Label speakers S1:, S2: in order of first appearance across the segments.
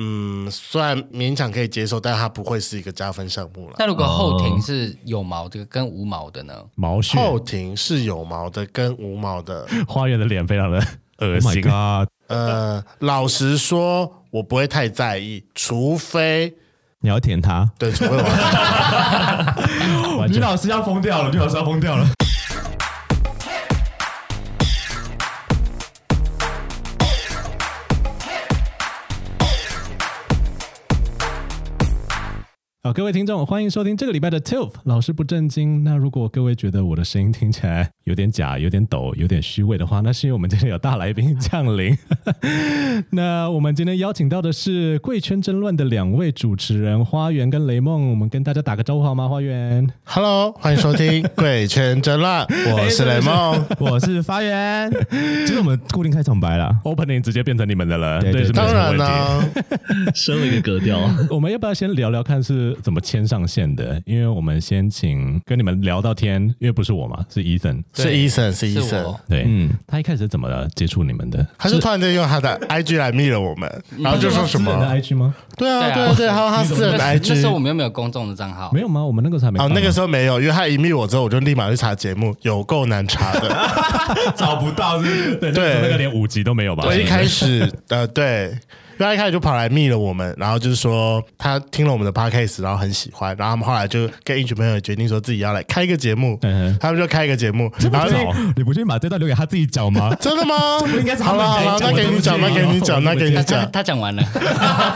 S1: 嗯，虽然勉强可以接受，但它不会是一个加分项目了。
S2: 那如果后庭是有毛的跟无毛的呢？
S3: 毛屑
S1: 后庭是有毛的跟无毛的，
S3: 花园的脸非常的恶
S4: Oh
S3: 心
S4: my god！
S1: 呃，老实说，我不会太在意，除非
S4: 你要舔它，
S1: 对，除非 我
S3: 完
S4: 女
S3: 全
S4: 老师要疯掉了，女老师要疯掉了。
S3: 好，各位听众，欢迎收听这个礼拜的 TILF 老师不正经。那如果各位觉得我的声音听起来有点假、有点抖、有点虚伪的话，那是因为我们今天有大来宾降临。 那我们今天邀请到的是贵圈争乱的两位主持人花园跟雷梦，我们跟大家打个招呼好吗？花园，
S1: Hello，欢迎收听《鬼圈争乱》，我是雷 梦。
S4: 我是发源，这是我们固定开场白啦。
S3: opening 直接变成你们的了，
S4: 对对
S3: 是没
S1: 当
S3: 有什么
S1: 然
S3: 问
S1: 啦、
S3: 题。
S5: 升了一个格调。
S3: 我们要不要先聊聊看是怎么牵上线的？因为我们先请跟你们聊到天，因为不是我嘛，是 Ethan。
S1: 是
S2: 对
S1: Eason，是
S2: 是
S1: Eason
S2: 我。
S3: 对，
S4: 嗯
S3: 他一开始怎么接触你们的？
S1: 他就突然间用 他的 IG 来密了我们，嗯然后就说什
S3: 私人的
S1: 么？
S3: IG 吗？
S1: 对啊，对
S2: 对
S1: 啊，
S2: 啊
S1: 对啊，还有他私人的
S2: 那时那时候我
S1: IG。
S2: 们又没有公众的账号
S3: 没，有吗？我们那个时候还没
S1: 哦
S3: 办，吗。
S1: 那个时候没有，因为他一密我之后，我就立马去查节目，有够难查的。
S4: 找不到是不是？
S3: 对那个时候
S1: 对
S3: 那个连五级都没有吧？
S1: 我一开
S3: 始
S1: 始， 呃，对，因为他一开始就跑来密了我们，然后就是说他听了我们的 podcast，然后很喜欢，然后他们后来就跟一群朋友决定说自己要来开一个节目，
S3: 嗯哼
S1: 他们就开一个节目，然后
S3: 啊
S1: 就
S4: 你不去把这段留给他自己讲吗？
S1: 真的吗？
S4: 应该是他
S1: 好
S4: 们
S1: 了好了，
S4: 讲
S1: 那
S4: 的
S1: 给你讲，那
S4: 东西
S1: 给你讲，那给你
S2: 他他
S1: 讲。
S2: 他讲 完了，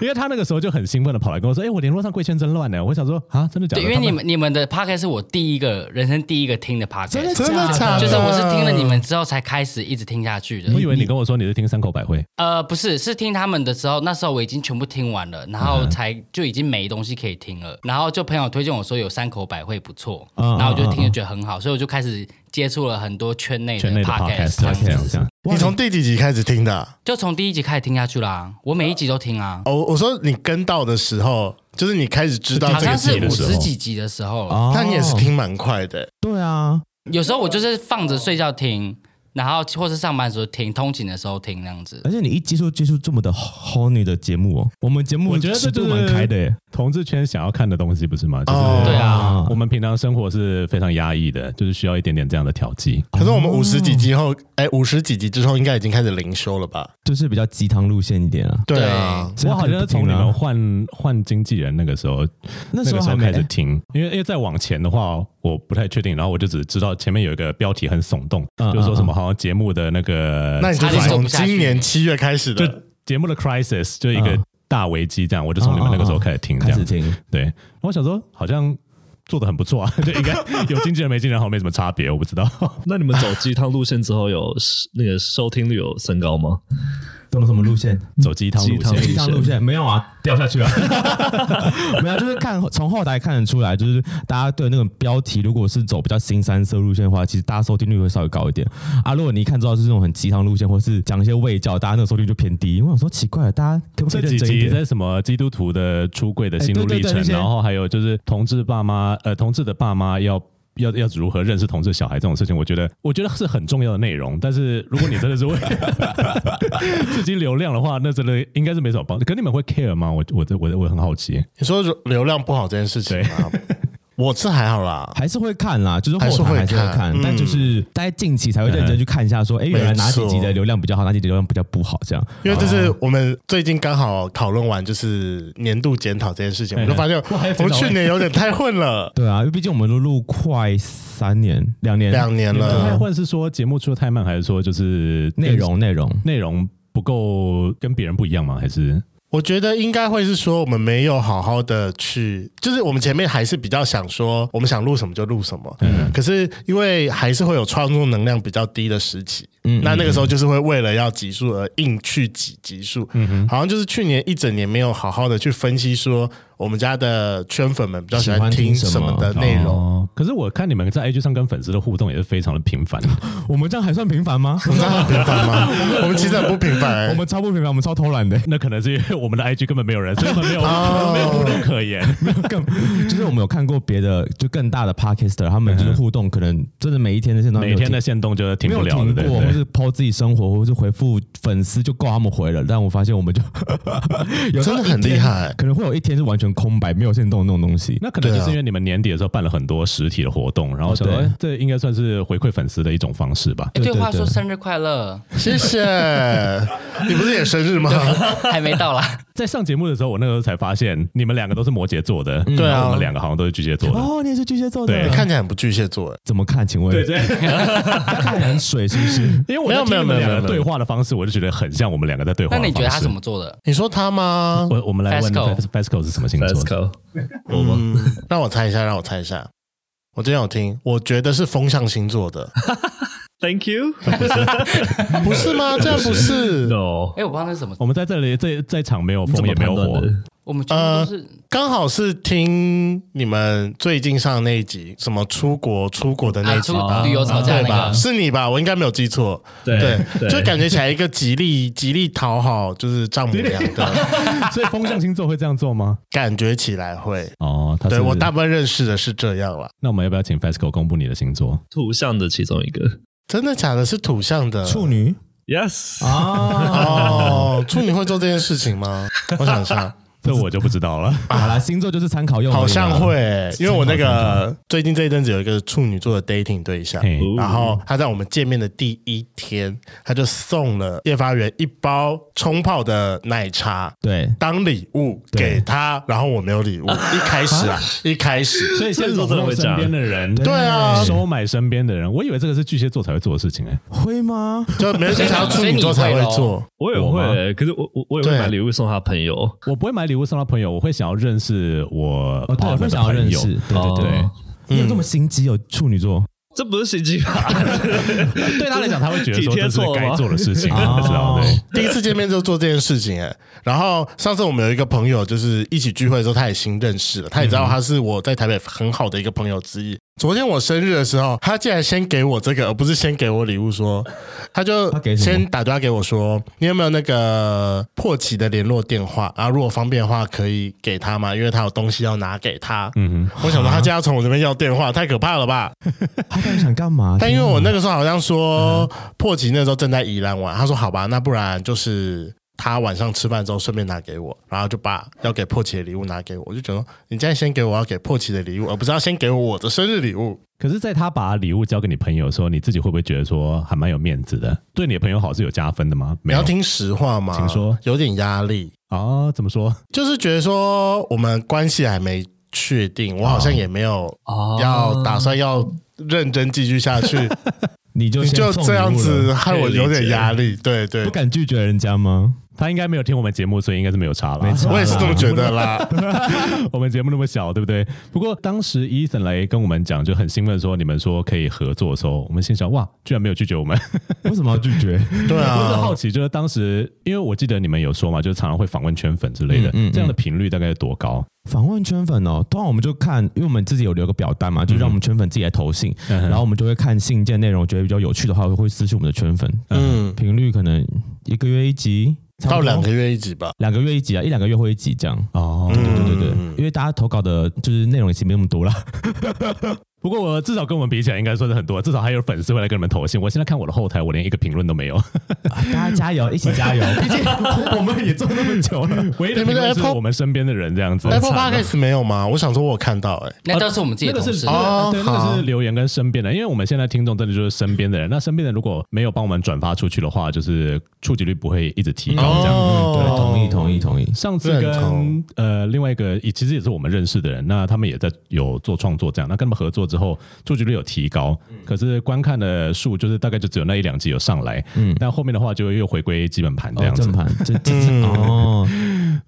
S3: 因为他那个时候就很兴奋的跑来跟我说：“哎，我联络上贵圈真乱呢。”我想说啊，真的假
S2: 对，
S3: 的？
S2: 因为
S3: 他
S2: 你们你们的 p o c a s t 是我第一个人生第一个听的 p o c a s
S4: 真
S2: t
S4: 的
S1: 真的假的？
S2: 就是我是听了你们之后才开始一直听下去的。
S3: 我以为你跟我说你是听三口百惠，
S2: 呃，不是，是听他们的时候，那时候我已经全部听完了，然后才就已经没东西可以听了。然后就朋友推荐我说有山口百惠不错，
S3: 嗯
S2: 然后我就听
S3: 嗯
S2: 就
S3: 嗯
S2: 觉得很好，所以我就开始接触了很多圈内的
S3: 圈内的
S2: 哎 podcast，
S3: podcast
S2: 这样
S3: 这
S2: 子
S3: 样这样。
S1: 你从第几集开始听的啊？
S2: 就从第一集开始听下去啦。我每一集都听啊，
S1: 哦，我我说你跟到的时候，就是你开始知道
S2: 好
S1: 哦这个
S2: 像
S1: 节
S2: 是
S1: 目
S2: 五
S1: 的时候
S2: 十，几集的时候，
S4: 哦
S1: 那你也是听蛮快的。
S4: 对啊，
S2: 有时候我就是放着睡觉听，然后或是上班的时候听，通勤的时候听这样
S5: 哎
S2: 子。
S4: 而且你一接触接触这么的 horny 的节目哦，我们节目
S3: 我觉得这
S4: 尺
S3: 就
S4: 度
S3: 是
S4: 蛮开的耶。
S3: 同志圈想要看的东西，不是吗？就是
S1: 哦
S2: 对啊，
S3: 我们平常生活是非常压抑的，就是需要一点点这样的调剂。
S4: 啊
S1: 可是我们五十几集后，哎，五十几集之后应该已经开始灵修了吧？
S4: 就是比较鸡汤路线一点啊。
S1: 对啊，
S4: 所以
S3: 我
S4: 他
S3: 好
S4: 可能
S3: 像是
S4: 不听
S3: 从你
S4: 了
S3: 们换换经纪人那个时候，
S4: 那时候
S3: 个时
S4: 还
S3: 候
S4: 没
S3: 开始听，因为因为再往前的话，我不太确定。然后我就只知道前面有一个标题很耸动，
S4: 嗯
S3: 就是说什
S4: 嗯
S3: 么
S4: 嗯
S3: 好像节目的那个，
S1: 那你就
S2: 差点
S1: 是
S2: 走
S1: 从
S2: 不下去
S1: 今年七月开始
S3: 就
S1: 的。
S3: 节目的 crisis 就一个
S4: 嗯
S3: 大危机这样，我就从你们那个时候开始听这
S4: 开
S3: 样
S4: 始。听，
S3: 对，然后我想说好像。做的很不错啊，就应该有经纪人没经纪人好像没什么差别，我不知道。
S4: 嗯
S5: 那你们走鸡汤路线之后有，那个收听率有升高吗？
S4: 什么什么路线？
S3: 走鸡汤路
S5: 鸡汤
S3: 线，
S4: 鸡汤路线没有啊，掉下去 了。没有，就是看从后台看得出来， 就是大家对那个标题，如果是走比较新三色路线的话，其实大家收听率会稍微高一点啊。如果你一看知道是那种很鸡汤路线，或是讲一些味教，大家那个收听率就偏低。我想说奇怪了，大家可不可
S3: 这
S4: 以认
S3: 几
S4: 真一
S3: 集
S4: 点？
S3: 在什么基督徒的出柜的心路历
S4: 哎对对对
S3: 程
S4: 那，些
S3: 然后还有就是同志爸妈，呃，同志的爸妈要。要要如何认识同志小孩这种事情，我觉得我觉得是很重要的内容。但是如果你真的是为 自己流量的话，那真的应该是没什么帮助。可你们会 care 吗？我我我我很好奇。
S1: 你说流量不好这件事情吗？我是还好啦，
S4: 还是会看啦，就是后台还是会
S1: 还是会看
S4: 看，嗯但就是大家近期才会认真去看一下，说，哎，原来哪几集的流量比较好，哪几集流量比较不好，这样。
S1: 因为这
S4: 哦
S1: 是我们最近刚好讨论完就是年度检讨这件事情，我就发现我们去年有点太混了，
S4: 哎对啊，因为毕竟我们都录快三年、两年，啊
S1: 两年
S3: 不太
S1: 了。
S3: 问是说节目出的太慢，还是说就是
S4: 嗯内容内容，
S3: 内容不够跟别人不一样吗？还是
S1: 我觉得应该会是说，我们没有好好的去，就是我们前面还是比较想说，我们想录什么就录什么。嗯，可是因为还是会有创作能量比较低的时期，嗯，那那个时候就是会为了要集数而硬去挤集数，嗯好像就是去年一整年没有好好的去分析说，我们家的圈粉们比较喜
S4: 喜
S1: 欢
S4: 欢
S1: 听
S4: 听
S1: 什
S4: 什么
S1: 么的内容。
S3: 哦，可是我看你们在 IG 上跟粉丝的互动也是非常的频 繁，
S4: 我们这样还算频繁 吗？
S1: 我们这样很平凡吗？我们其实很不平凡、
S4: 我们超不频繁，我们超偷懒的。
S3: 那可能是因为我们的 IG 根本没有人，所以我们没有、
S1: 哦
S3: 没有互动可 言。
S4: 更就是我们有看过别的就更大的 podcaster，他们就是互动，可能真的每一天的线段
S3: 每天的限动就停
S4: 没
S3: 不
S4: 有
S3: 了了，
S4: 停
S3: 对
S4: 过，
S3: 不对？
S4: 或是抛自己生活，或是回复粉丝就够他们回了。但我发现 我们就有时候
S1: 真的很
S4: 一天
S1: 厉害
S4: 可能会有一天是完全空白，没有线动那种东西。
S3: 那可能就
S1: 对啊
S3: 是因为你们年底的时候办了很多实体的活动，然后想说、
S4: 哦对
S3: 哎这应该算是回馈粉丝的一种方式吧。
S2: 哎，对，话
S4: 对
S2: 说生日快乐，
S1: 谢谢。你不是也生日吗？
S2: 还没到啦。
S3: 在上节目的时候，我那个时候才发现你们两个都是摩羯座的，
S1: 对啊
S3: 然后我们两个好像都是巨蟹座的。
S4: 哦，你也是巨蟹座
S1: 你
S3: 对
S1: 哎看起来很不巨蟹座哎。
S4: 怎么看？请问
S3: 对 对，
S4: 看起来很水是不 是？
S3: 因为我
S1: 没
S3: 在
S1: 有
S3: 听你
S1: 没有没有
S3: 们两
S1: 没有
S3: 个对话的方式，我就觉得很像我们两个在对话
S2: 那
S3: 的方式。
S2: 你觉得他怎么做的？
S1: 你说他吗？
S3: 我我们来问
S2: Fesco
S3: Fes- Fesco 是什么星
S5: Let's
S3: 座？
S5: go，我吗？
S1: 嗯， 让我猜一下，让我猜一下。我之前有听，我觉得是风象星座的，
S5: Thank you 。
S1: 不是吗？这样不是
S5: No，
S2: 哎，我不知道那是什么，
S3: 我们在这里这在场没有
S5: 你怎
S3: 风
S5: 么
S3: 也没有
S5: 判
S3: 火
S5: 断的，
S2: 我们全部都是
S1: 刚好是听你们最近上那一集，什么出国出国的那
S2: 啊
S1: 一集
S2: 出
S1: 吧，
S2: 旅游吵架
S1: 对
S2: 那
S1: 吧？
S2: 个。
S1: 是你吧？我应该没有记错，
S5: 对对
S1: 就感觉起来一个极力极力讨好就是丈母娘的
S3: 所以风象星座会这样做吗？
S1: 感觉起来会。
S3: 哦，
S4: 啊
S3: 他是
S1: 对我大部分认识的是这样了，
S3: 那我们要不要请 Fesco 公布你的星座？
S5: 图像的其中一个。
S1: 真的假的？是土象的
S4: 处女
S5: Yes，
S4: 啊，
S1: 哦，处女会做这件事情吗？我想一下，
S3: 这我就不知道了。
S4: 好啦，星座就是参考用而已啦，
S1: 好像会、因为我那个最近这一阵子有一个处女座的 dating 对象，
S3: 嘿
S5: 哦
S1: 然后他在我们见面的第一天，他就送了叶发源一包冲泡的奶茶
S4: 对。
S1: 当礼物给他，然后我没有礼物，一开始啊，一开始，
S3: 所以先笼络身边的人，
S1: 对啊，
S3: 收买身边的人。我以为这个是巨蟹座才会做的事情、哎，
S4: 会吗？
S1: 就没想到处女座才会做，
S5: 我也
S3: 我
S5: 会、
S3: 吗
S5: 可是我我我也会
S1: 对
S5: 买礼物送他朋友。
S3: 我不会买礼物送到朋友，我会想要认识我
S4: 哦，对，
S3: partner
S4: 会
S3: 的
S4: 想要
S3: 朋
S4: 认
S3: 友
S4: 识，对对对
S5: 哦。
S4: 你有这么心机哦，处女座
S5: 这不是心机吧？
S3: 对他来讲，他会觉得说
S5: 体贴
S3: 这是
S5: 错了吗
S3: 该做的事情，啊
S4: 哦
S3: 知道对。
S1: 第一次见面就做这件事情哎、然后上次我们有一个朋友，就是一起聚会的时候，他也新认识了，他也知道他是我在台北很好的一个朋友之一。昨天我生日的时候，他竟然先给我这个，而不是先给我礼物说，他就
S4: 他给什么
S1: 先打电话给我说，你有没有那个破奇的联络电话啊？如果方便的话，可以给他吗？因为他有东西要拿给他。
S3: 嗯
S1: 我想说，他竟然从我这边要电话，太可怕了吧！
S4: 他到底想 干嘛？
S1: 但因为
S4: 天哪
S1: 我那个时候好像说
S4: 嗯
S1: 破奇那时候正在宜兰玩，他说好吧，那不然就是他晚上吃饭之后顺便拿给我，然后就把要给破奇的礼物拿给我，我就觉得嗯你现在先给我要给破奇的礼物，而不是要先给我我的生日礼物。
S3: 可是，在他把礼物交给你朋友的时候，你自己会不会觉得说还蛮有面子的？对你的朋友好是有加分的吗？
S1: 你
S3: 没有
S1: 要听实话嘛，
S3: 请说
S1: 有点压力，
S3: 啊？怎么说？
S1: 就是觉得说我们关系还没确定，我好像也没有
S5: 哦
S1: 要打算要认真继续下 去，
S4: 你就
S1: 你
S4: 先
S1: 就
S4: 送
S1: 这
S4: 礼
S1: 样
S4: 物了
S1: 子害我有点压力，对对
S4: 不，敢拒绝人家吗？
S3: 他应该没有听我们节目，所以应该是没有差了。
S4: 没差
S1: 我也是这么觉得 啦。
S3: 我们节目那么小，对不对？不过当时 Ethan 来跟我们讲，就很兴奋说你们说可以合作的时候，我们心想哇，居然没有拒绝我们。
S4: 为什么要拒绝？
S1: 对啊，
S3: 我是好奇，就是当时因为我记得你们有说嘛，就是常常会访问圈粉之类的，
S4: 嗯嗯嗯
S3: 这样的频率大概有多高？
S4: 访问圈粉哦，通常我们就看，因为我们自己有留个表单嘛，就让我们圈粉自己来投信，
S3: 嗯哼
S4: 然后我们就会看信件内容，觉得比较有趣的话，会私信我们的圈粉。
S1: 嗯，
S4: 频率可能一个月一集，差
S1: 到
S4: 不多
S1: 两个月一集吧。
S4: 两个月一集啊，一两个月会一集这样。
S3: 哦
S4: 对对对对，
S1: 嗯
S4: 因为大家投稿的就是内容也其实没那么多啦。
S3: 不过我至少跟我们比起来，应该算是很多，至少还有粉丝会来跟你们投信。我现在看我的后台，我连一个评论都没有。
S4: 大家加油，一起加 油！毕竟我们也做那么久了，
S3: 唯一的评论是
S1: Apple-
S3: 我们身边的人这样子。
S1: Apple Podcast 没有吗？我想说，我有看到哎、
S2: 那都是我们自己
S3: 啊
S2: 的
S3: 那个
S2: 同
S3: 是
S2: 事
S3: 那，个
S1: 哦
S3: 对，那个
S1: 好
S3: 是留言跟身边的，因为我们现在听众真的就是身边的人。那身边的人如果没有帮我们转发出去的话，就是触及率不会一直提高这样。
S1: 哦
S4: 对，同意同意同意。
S3: 上次
S1: 认
S3: 跟
S1: 同
S3: 呃另外一个，也其实也是我们认识的人，那他们也在有做创作这样，那跟他们合作之后，触及率有提高，
S1: 嗯
S3: 可是观看的数就是大概就只有那一两集有上来，
S4: 嗯
S3: 但后面的话就又回归基本盘这
S4: 哦
S3: 样，子
S4: 正。盘，这这这哦，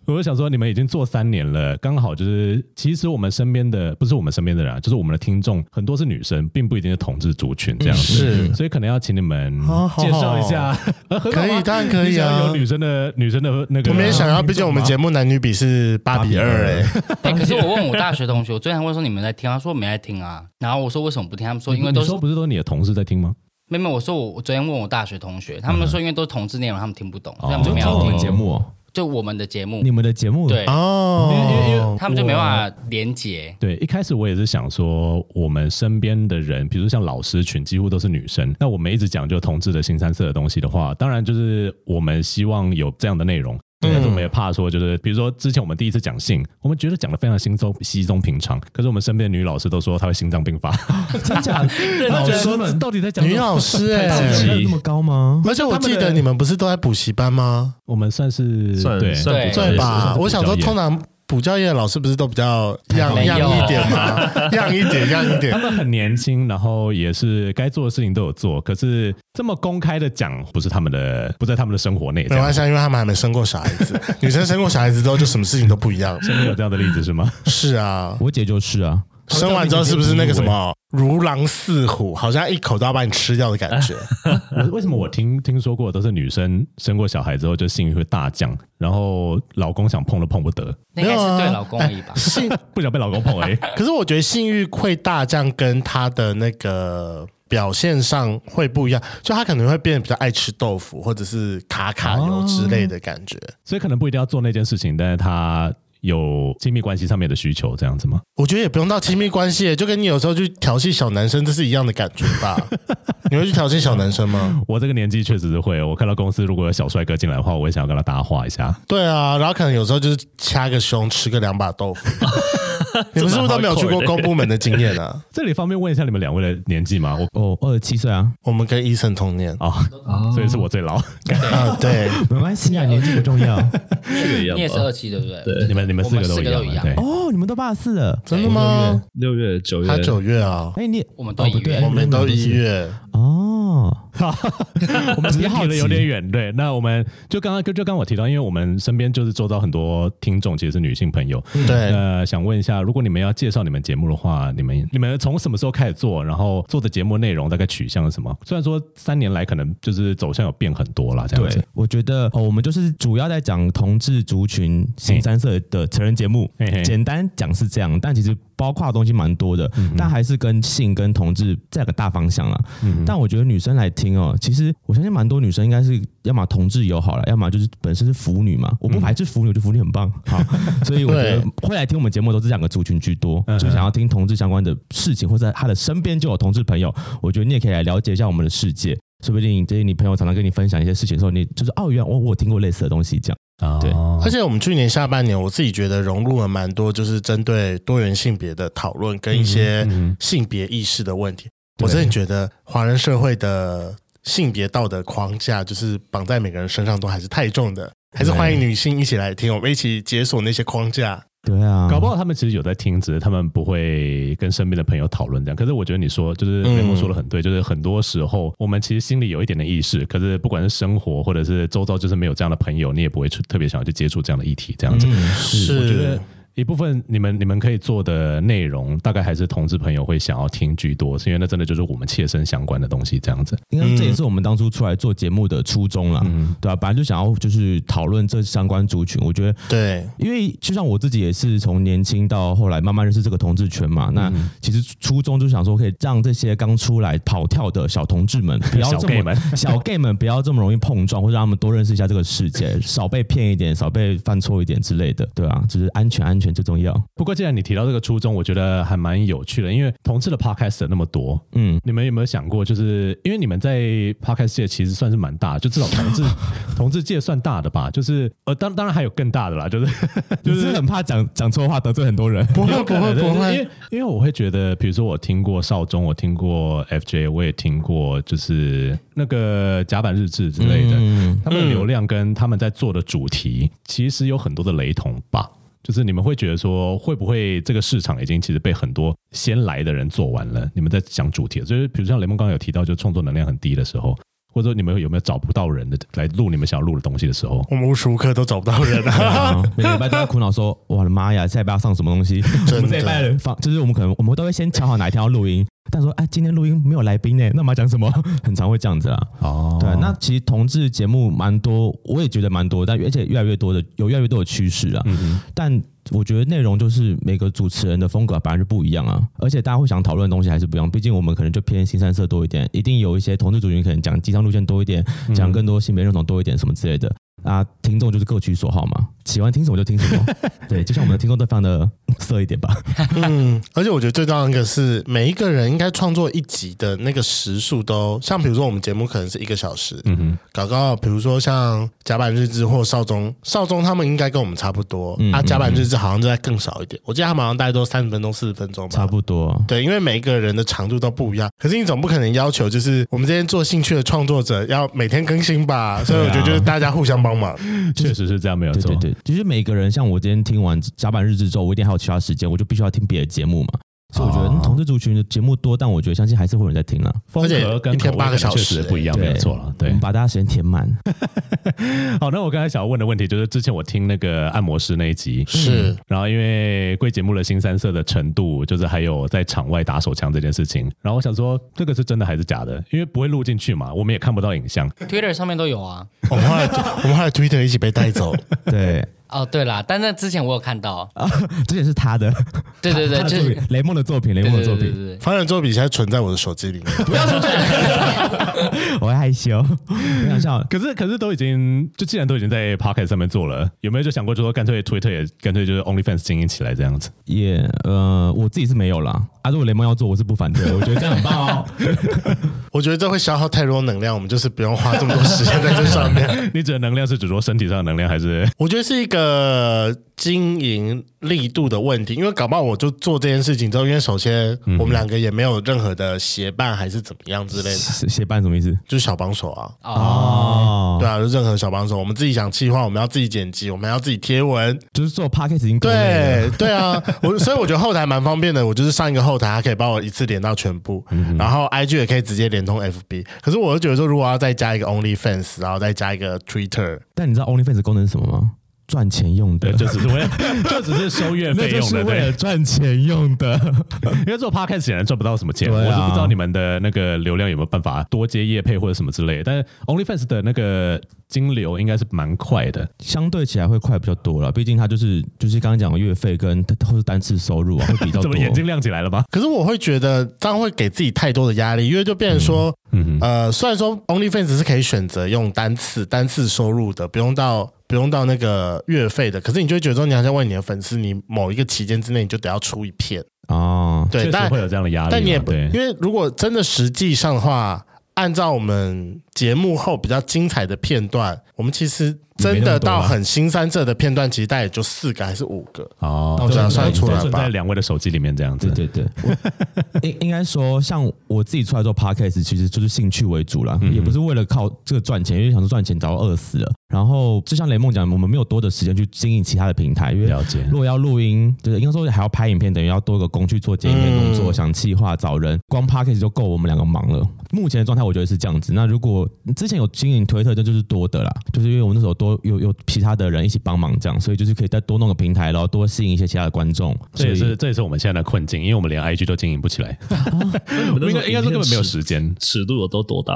S3: 我就想说，你们已经做三年了，刚好就是，其实我们身边的不是我们身边的人、啊，就是我们的听众很多是女生，并不一定是同志族群这样子，
S1: 是
S3: 所以可能要请你们
S1: 啊好好
S3: 介绍一下，呃很好啊
S1: 可以当然可以啊
S3: 你想要有女生的女生啊的那个，
S1: 我没想到，毕竟我们节目男女比是八比二哎、
S2: 哎、可是我问我大学同学，我最常问说你们在听，他说没在听啊。然后我说为什么不听？他们说因为都
S3: 哦你
S2: 是
S3: 说不是都是你的同事在听吗？
S2: 没有没有，我说我我昨天问我大学同学，他们说因为都是同志内容，他们听不
S4: 哦
S2: 懂，所以他们就没
S4: 听
S2: 有
S4: 我们
S2: 听。
S4: 节目哦，
S2: 就我们的节目
S4: 你，们的节目
S2: 对，
S1: 哎哦，
S2: 他们就没办法连结。
S3: 对，一开始我也是想说，我们身边的人，比如像老师群，几乎都是女生。那我们一直讲究同志的新三色的东西的话，当然就是我们希望有这样的内
S2: 嗯
S3: 容。但是我们也怕说，就是比如说之前我们第一次讲性，我们觉得讲的非常稀松稀松平常，可是我们身边的女老师都说她会心脏病发，
S4: 真 假的？老师们
S3: 到底在讲什
S1: 女
S3: 么？
S1: 老师哎、
S4: 自己那么高吗？
S1: 而且我记得你们不是都在补习班吗？
S3: 我们算是
S5: 算
S3: 对
S5: 算
S2: 对
S5: 不
S1: 对吧？我想说，
S3: 通
S1: 通
S3: 常
S1: 常补教业的老师不是都比较
S2: 没
S1: 样
S2: 有
S1: 样一点吗？样一点，样一
S3: 他
S1: 点。
S3: 们很年轻，然后也是该做的事情都有做，可是这么公开的讲，不是他们的，不在他们的生活内，这
S1: 没
S3: 样
S1: 关系啊，因为他们还没生过小孩子。女生生过小孩子之后，就什么事情都不一样。
S3: 有这样的例子是吗？
S1: 是啊，
S4: 我姐就是啊，
S1: 生完之后是不是那个什么如狼似虎，好像一口都要把你吃掉的感 觉？
S3: 我为什么我听听说过都是女生生过小孩之后就性欲会大降，然后老公想碰都碰不得，
S2: 那应该是
S1: 没有啊
S2: 对老公而已吧？
S1: 性
S3: 不想被老公碰 而已。
S1: 可是我觉得性欲会大降，跟他的那个表现上会不一样，就他可能会变得比较爱吃豆腐，或者是卡卡油之类的感觉。
S3: 所以可能不一定要做那件事情，但是他有亲密关系上面的需求，这样子吗？
S1: 我觉得也不用到亲密关系，就跟你有时候去调戏小男生，这是一样的感觉 吧？你会去调戏小男生吗？
S3: 我这个年纪确实是会，我看到公司如果有小帅哥进来的话，我也想要跟他搭话一下。
S1: 对啊，然后可能有时候就是掐个胸，吃个两把豆 腐。你们是不是都没有去过公部门的经验啊？
S3: 这里方便问一下你们两位的年纪吗？我
S4: 哦，二十七 岁啊，
S1: 我们跟医生同年
S3: 啊，
S2: 哦
S3: 所以是我最老。
S1: 啊，对，
S4: 没关 系啊，年纪不重要。
S5: 这个一样
S2: 你也是
S5: 哎吧
S2: 二？期对不对？
S5: 对
S3: 你们你们
S2: 我
S3: 四
S2: 们
S3: 个都
S2: 四
S3: 一
S2: 个都
S3: 样
S2: 一
S3: 了，
S2: 样
S3: 对。
S4: 哦，你们都八十四了，
S1: 真的吗？
S5: 六月、九月
S1: 他，九月啊，
S4: 哎，你
S2: 我们都
S4: 哦
S2: 一
S4: 不对
S2: 月
S1: 我们都一月。
S4: 哦，
S3: 我们
S4: 只
S3: 只
S4: 是
S3: 是
S4: 好
S3: 好
S4: 奇
S3: 的有点远，对。那我们就刚刚就就刚我提到，因为我们身边就是周遭很多听众其实是女性朋友，
S1: 对，
S3: 呃，想问一下，如果你们要介绍你们节目的话，你们你们从什么时候开始做？然后做的节目内容大概取向是什么？虽然说三年来可能就是走向有变很多啦，这样子
S4: 对。，我觉得哦，我们就是主要在讲同志族群新三色的成人节目
S3: 嘿嘿，
S4: 简单讲是这样，但其实包括的东西蛮多的，
S3: 嗯
S4: 但还是跟性跟同志这两个大方向啦。
S3: 嗯
S4: 但我觉得女生来听哦，其实我相信蛮多女生应该是要么同志友好了，要么就是本身是腐女嘛，我不排斥腐女，我觉得腐女很棒， 好，所以我觉得会来听我们节目都是这两个族群居多，就是想要听同志相关的事情，或者他的身边就有同志朋友，我觉得你也可以来了解一下我们的世界。说不定这些你朋友常常跟你分享一些事情的时候，你就是哦，原来我我有听过类似的东西，这样
S3: 啊
S4: 对
S1: 而且我们去年下半年，我自己觉得融入了蛮多，就是针对多元性别的讨论跟一些
S3: 嗯
S1: 性别意识的问题。
S4: 对
S1: 我真的觉得华人社会的性别道德框架，就是绑在每个人身上都还是太重的。还是欢迎女性一起来听，我们一起解锁那些框架。
S4: 对啊，
S3: 搞不好他们其实有在听，只是他们不会跟身边的朋友讨论这样。可是我觉得你说，就是
S1: 嗯
S3: 雷蒙说的很对，就是很多时候我们其实心里有一点的意识，可是不管是生活或者是周遭，就是没有这样的朋友，你也不会去特别想要去接触这样的议题这样子。我觉得
S1: 是，
S3: 一部分你们你们可以做的内容，大概还是同志朋友会想要听居多，是因为那真的就是我们切身相关的东西这样子。
S4: 应该这也是我们当初出来做节目的初衷啦，对吧、本来就想要就是讨论这相关族群，我觉得
S1: 对，
S4: 因为就像我自己也是从年轻到后来慢慢认识这个同志圈
S3: 嗯
S4: 嘛，那其实初衷就想说可以让这些刚出来跑跳的小同志们不要
S3: 小
S4: 这
S3: gay
S4: 么
S3: 们
S4: 小 gay 们不要这么容易碰撞，或者让他们多认识一下这个 世界，少被骗一点，少被犯错一点之类的，对啊，就是安全安全最重要。
S3: 不过既然你提到这个初衷，我觉得还蛮有趣的，因为同志的 podcast 那么多，
S4: 嗯，
S3: 你们有没有想过，就是因为你们在 podcast 界其实算是蛮大的，就至少 同志同志界算大的吧，就是呃，当当然还有更大的啦，就是就
S4: 就
S3: 是是
S4: 很怕讲讲错话得罪很多人。
S1: 不 会不会
S3: 对
S1: 不
S3: 对因
S1: 会，
S3: 为因为我会觉得，比如说我听过少中，我听过 FJ，我也听过就是那个甲板日志之类的，
S4: 嗯
S3: 他们的流量跟他们在做的主题其实有很多的雷同吧。就是你们会觉得说，会不会这个市场已经其实被很多先来的人做完了？你们在讲主题，就是比如像雷蒙刚刚有提到，就创作能量很低的时候，或者说你们有没有找不到人的来录你们想要录的东西的时候？
S1: 我们无时无刻都找不到人啊。
S4: 啊，每个礼拜都在苦恼说：“我的妈呀，下礼拜要上什么东西？”我们这礼拜的放就是我们可能我们都会先敲好哪一天要录音，但说：“哎，今天录音没有来宾呢，那我们要讲什么？” 很常会这样子啊啦。
S3: 哦
S4: 对，那其实同志节目蛮多，我也觉得蛮多，但而且越来越多的有越来越多的趋势啊。但我觉得内容就是每个主持人的风格本来就不一样啊，而且大家会想讨论的东西还是不一样。毕竟我们可能就偏新三色多一点，一定有一些同志族群可能讲鸡汤路线多一点，讲更多性别认同多一点什么之类的。啊，听众就是各取所好嘛，喜欢听什么就听 什么。对，就像我们的听众都非常的色一点吧。
S1: 嗯，而且我觉得最重要的一个是，每一个人应该创作一集的那个时数都，像比如说我们节目可能是一个小时，
S3: 嗯哼，
S1: 搞搞，比如说像甲板日志或少中，少中他们应该跟我们差不多，
S4: 嗯
S1: 啊，
S4: 嗯
S1: 甲板日志好像就在更少一点，我记得他们好像大概都三十分钟、四十分钟吧，
S4: 差不多。
S1: 对，因为每一个人的长度都不一样，可是你总不可能要求就是我们这些做兴趣的创作者要每天更新
S4: 啊
S1: 吧，所以我觉得就是大家互相帮忙。
S3: 确实是这样，没有
S4: 对
S3: 错。
S4: 对对，就是每个人，像我今天听完《甲板日志》之后，我一定还有其他时间，我就必须要听别的节目嘛。所以我觉得、
S3: 哦
S4: 嗯同志族群的节目多，但我觉得相信还是会有人在听啦。
S5: 哦
S3: 风格跟
S1: 一天
S3: 口味
S1: 八个
S3: 可能
S1: 小时
S3: 确实不一样，
S4: 对嗯
S3: 没有错了。
S4: 我
S3: 对
S4: 们，把大家时间填满。
S3: 好，那我刚才想要问的问题就是，之前我听那个按摩师那一集，
S1: 是
S3: 然后因为贵节目的新三色的程度，就是还有在场外打手枪这件事情，然后我想说这个是真的还是假的？因为不会录进去嘛，我们也看不到影像。
S2: Twitter 上面都有啊。
S1: 我们后来我们后来 Twitter 一起被带走，
S4: 对，
S2: 哦，对啦，但那之前我有看到，
S4: 这也是他的，
S2: 对对对，
S4: 他的
S2: 就
S4: 作
S2: 是
S4: 品，雷梦的作品，雷
S2: 对对
S4: 梦的作
S2: 对对
S4: 品，
S2: 对，
S1: 凡人作品现在存在我的手机里面。
S4: 我会害羞。我想笑，
S3: 可是可是都已经就既然都已经在 Pocket 上面做了，有没有就想过就说干脆 Twitter 也干脆就是 OnlyFans 经营起来这样子？
S4: 也、呃，我自己是没有啦。啊，如果雷梦要做，我是不反对，我觉得这样很棒哦。
S1: 我觉得这会消耗太多能量，我们就是不用花这么多时间在这上面。
S3: 你指的能量是指说身体上的能量还是？
S1: 我觉得是一个经营力度的问题，因为搞不好我就做这件事情之后，因为首先我们两个也没有任何的协办还是怎么样之类的，
S4: 写写伴什么意思？
S1: 就是小帮手啊，
S2: 哦，
S4: 哦，
S1: 对啊，就任何小帮手，我们自己想企划，我们要自己剪辑，我们还要自己贴文，
S4: 就是做 podcast 已经够累了
S1: 对对啊，我所以我觉得后台蛮方便的，我就是上一个后台，它可以帮我一次连到全部，然后 IG 也可以直接连通 FB。可是我就觉得说，如果要再加一个 OnlyFans，然后再加一个 Twitter，
S4: 但你知道 OnlyFans 的功能是什么吗？赚钱用的
S3: 对，。就只是为了就只是收 月费
S4: 那就
S3: 用
S4: 是
S3: 的，
S4: 为
S3: 对。
S4: 了赚钱用的。
S3: 因为做 podcast 显然赚不到什么钱，
S4: 对啊
S3: 我是不知道你们的那个流量有没有办法多接业配或者什么之类的。但是 OnlyFans 的那个金流应该是蛮快的，
S4: 相对起来会快比较多了，毕竟它就是就是刚刚讲的月费跟或是单次收 入啊，会比较
S3: 怎么。
S4: 多
S3: 眼睛亮起来了吗？
S1: 可是我会觉得这样会给自己太多的压力，因为就变成说，
S3: 嗯
S1: 呃，虽然说 OnlyFans 是可以选择用单次单次收入的，不用到。不用到那个月费的，可是你就会觉得说，你好像为你的粉丝，你某一个期间之内，你就得要出一片，
S4: 哦，
S1: 对，
S3: 确
S1: 但
S3: 实会有这样的压力嘛，啊
S1: 但你也不，
S3: 对
S1: 因为如果真的实际上的话，按照我们节目后比较精彩的片段，我们其实真的到很新三色的片段，其实大概也就四个还是五个。
S3: 哦，
S4: 到
S3: 都
S4: 这样算
S1: 出来吧
S3: 都存在两位的手机里面这样子
S4: 对。对 对，我应应该说，像我自己出来做 podcast，其实就是兴趣为主啦，也不是为了靠这个赚钱，因为想说赚钱早就饿死了。然后就像雷梦讲，我们没有多的时间去经营其他的平台，因为
S3: 了解
S4: 如果要录音，就是应该说还要拍影片，等于要多一个工具做剪影片工作，
S1: 嗯
S4: 想企划找人，光 podcast 就够我们两个忙了。目前的状态我觉得是这样子。那如果之前有经营推特，这就是多的啦，就是因为我那时候多有有其他的人一起帮忙这样，所以就是可以再多弄个平台，然后多吸引一些其他的观众。
S3: 这也
S4: 所以
S3: 是这也是我们现在的困境，因为我们连 IG 都经营不起来，
S5: 应
S3: 应该应该说根本没有时间
S5: 尺度有都多大？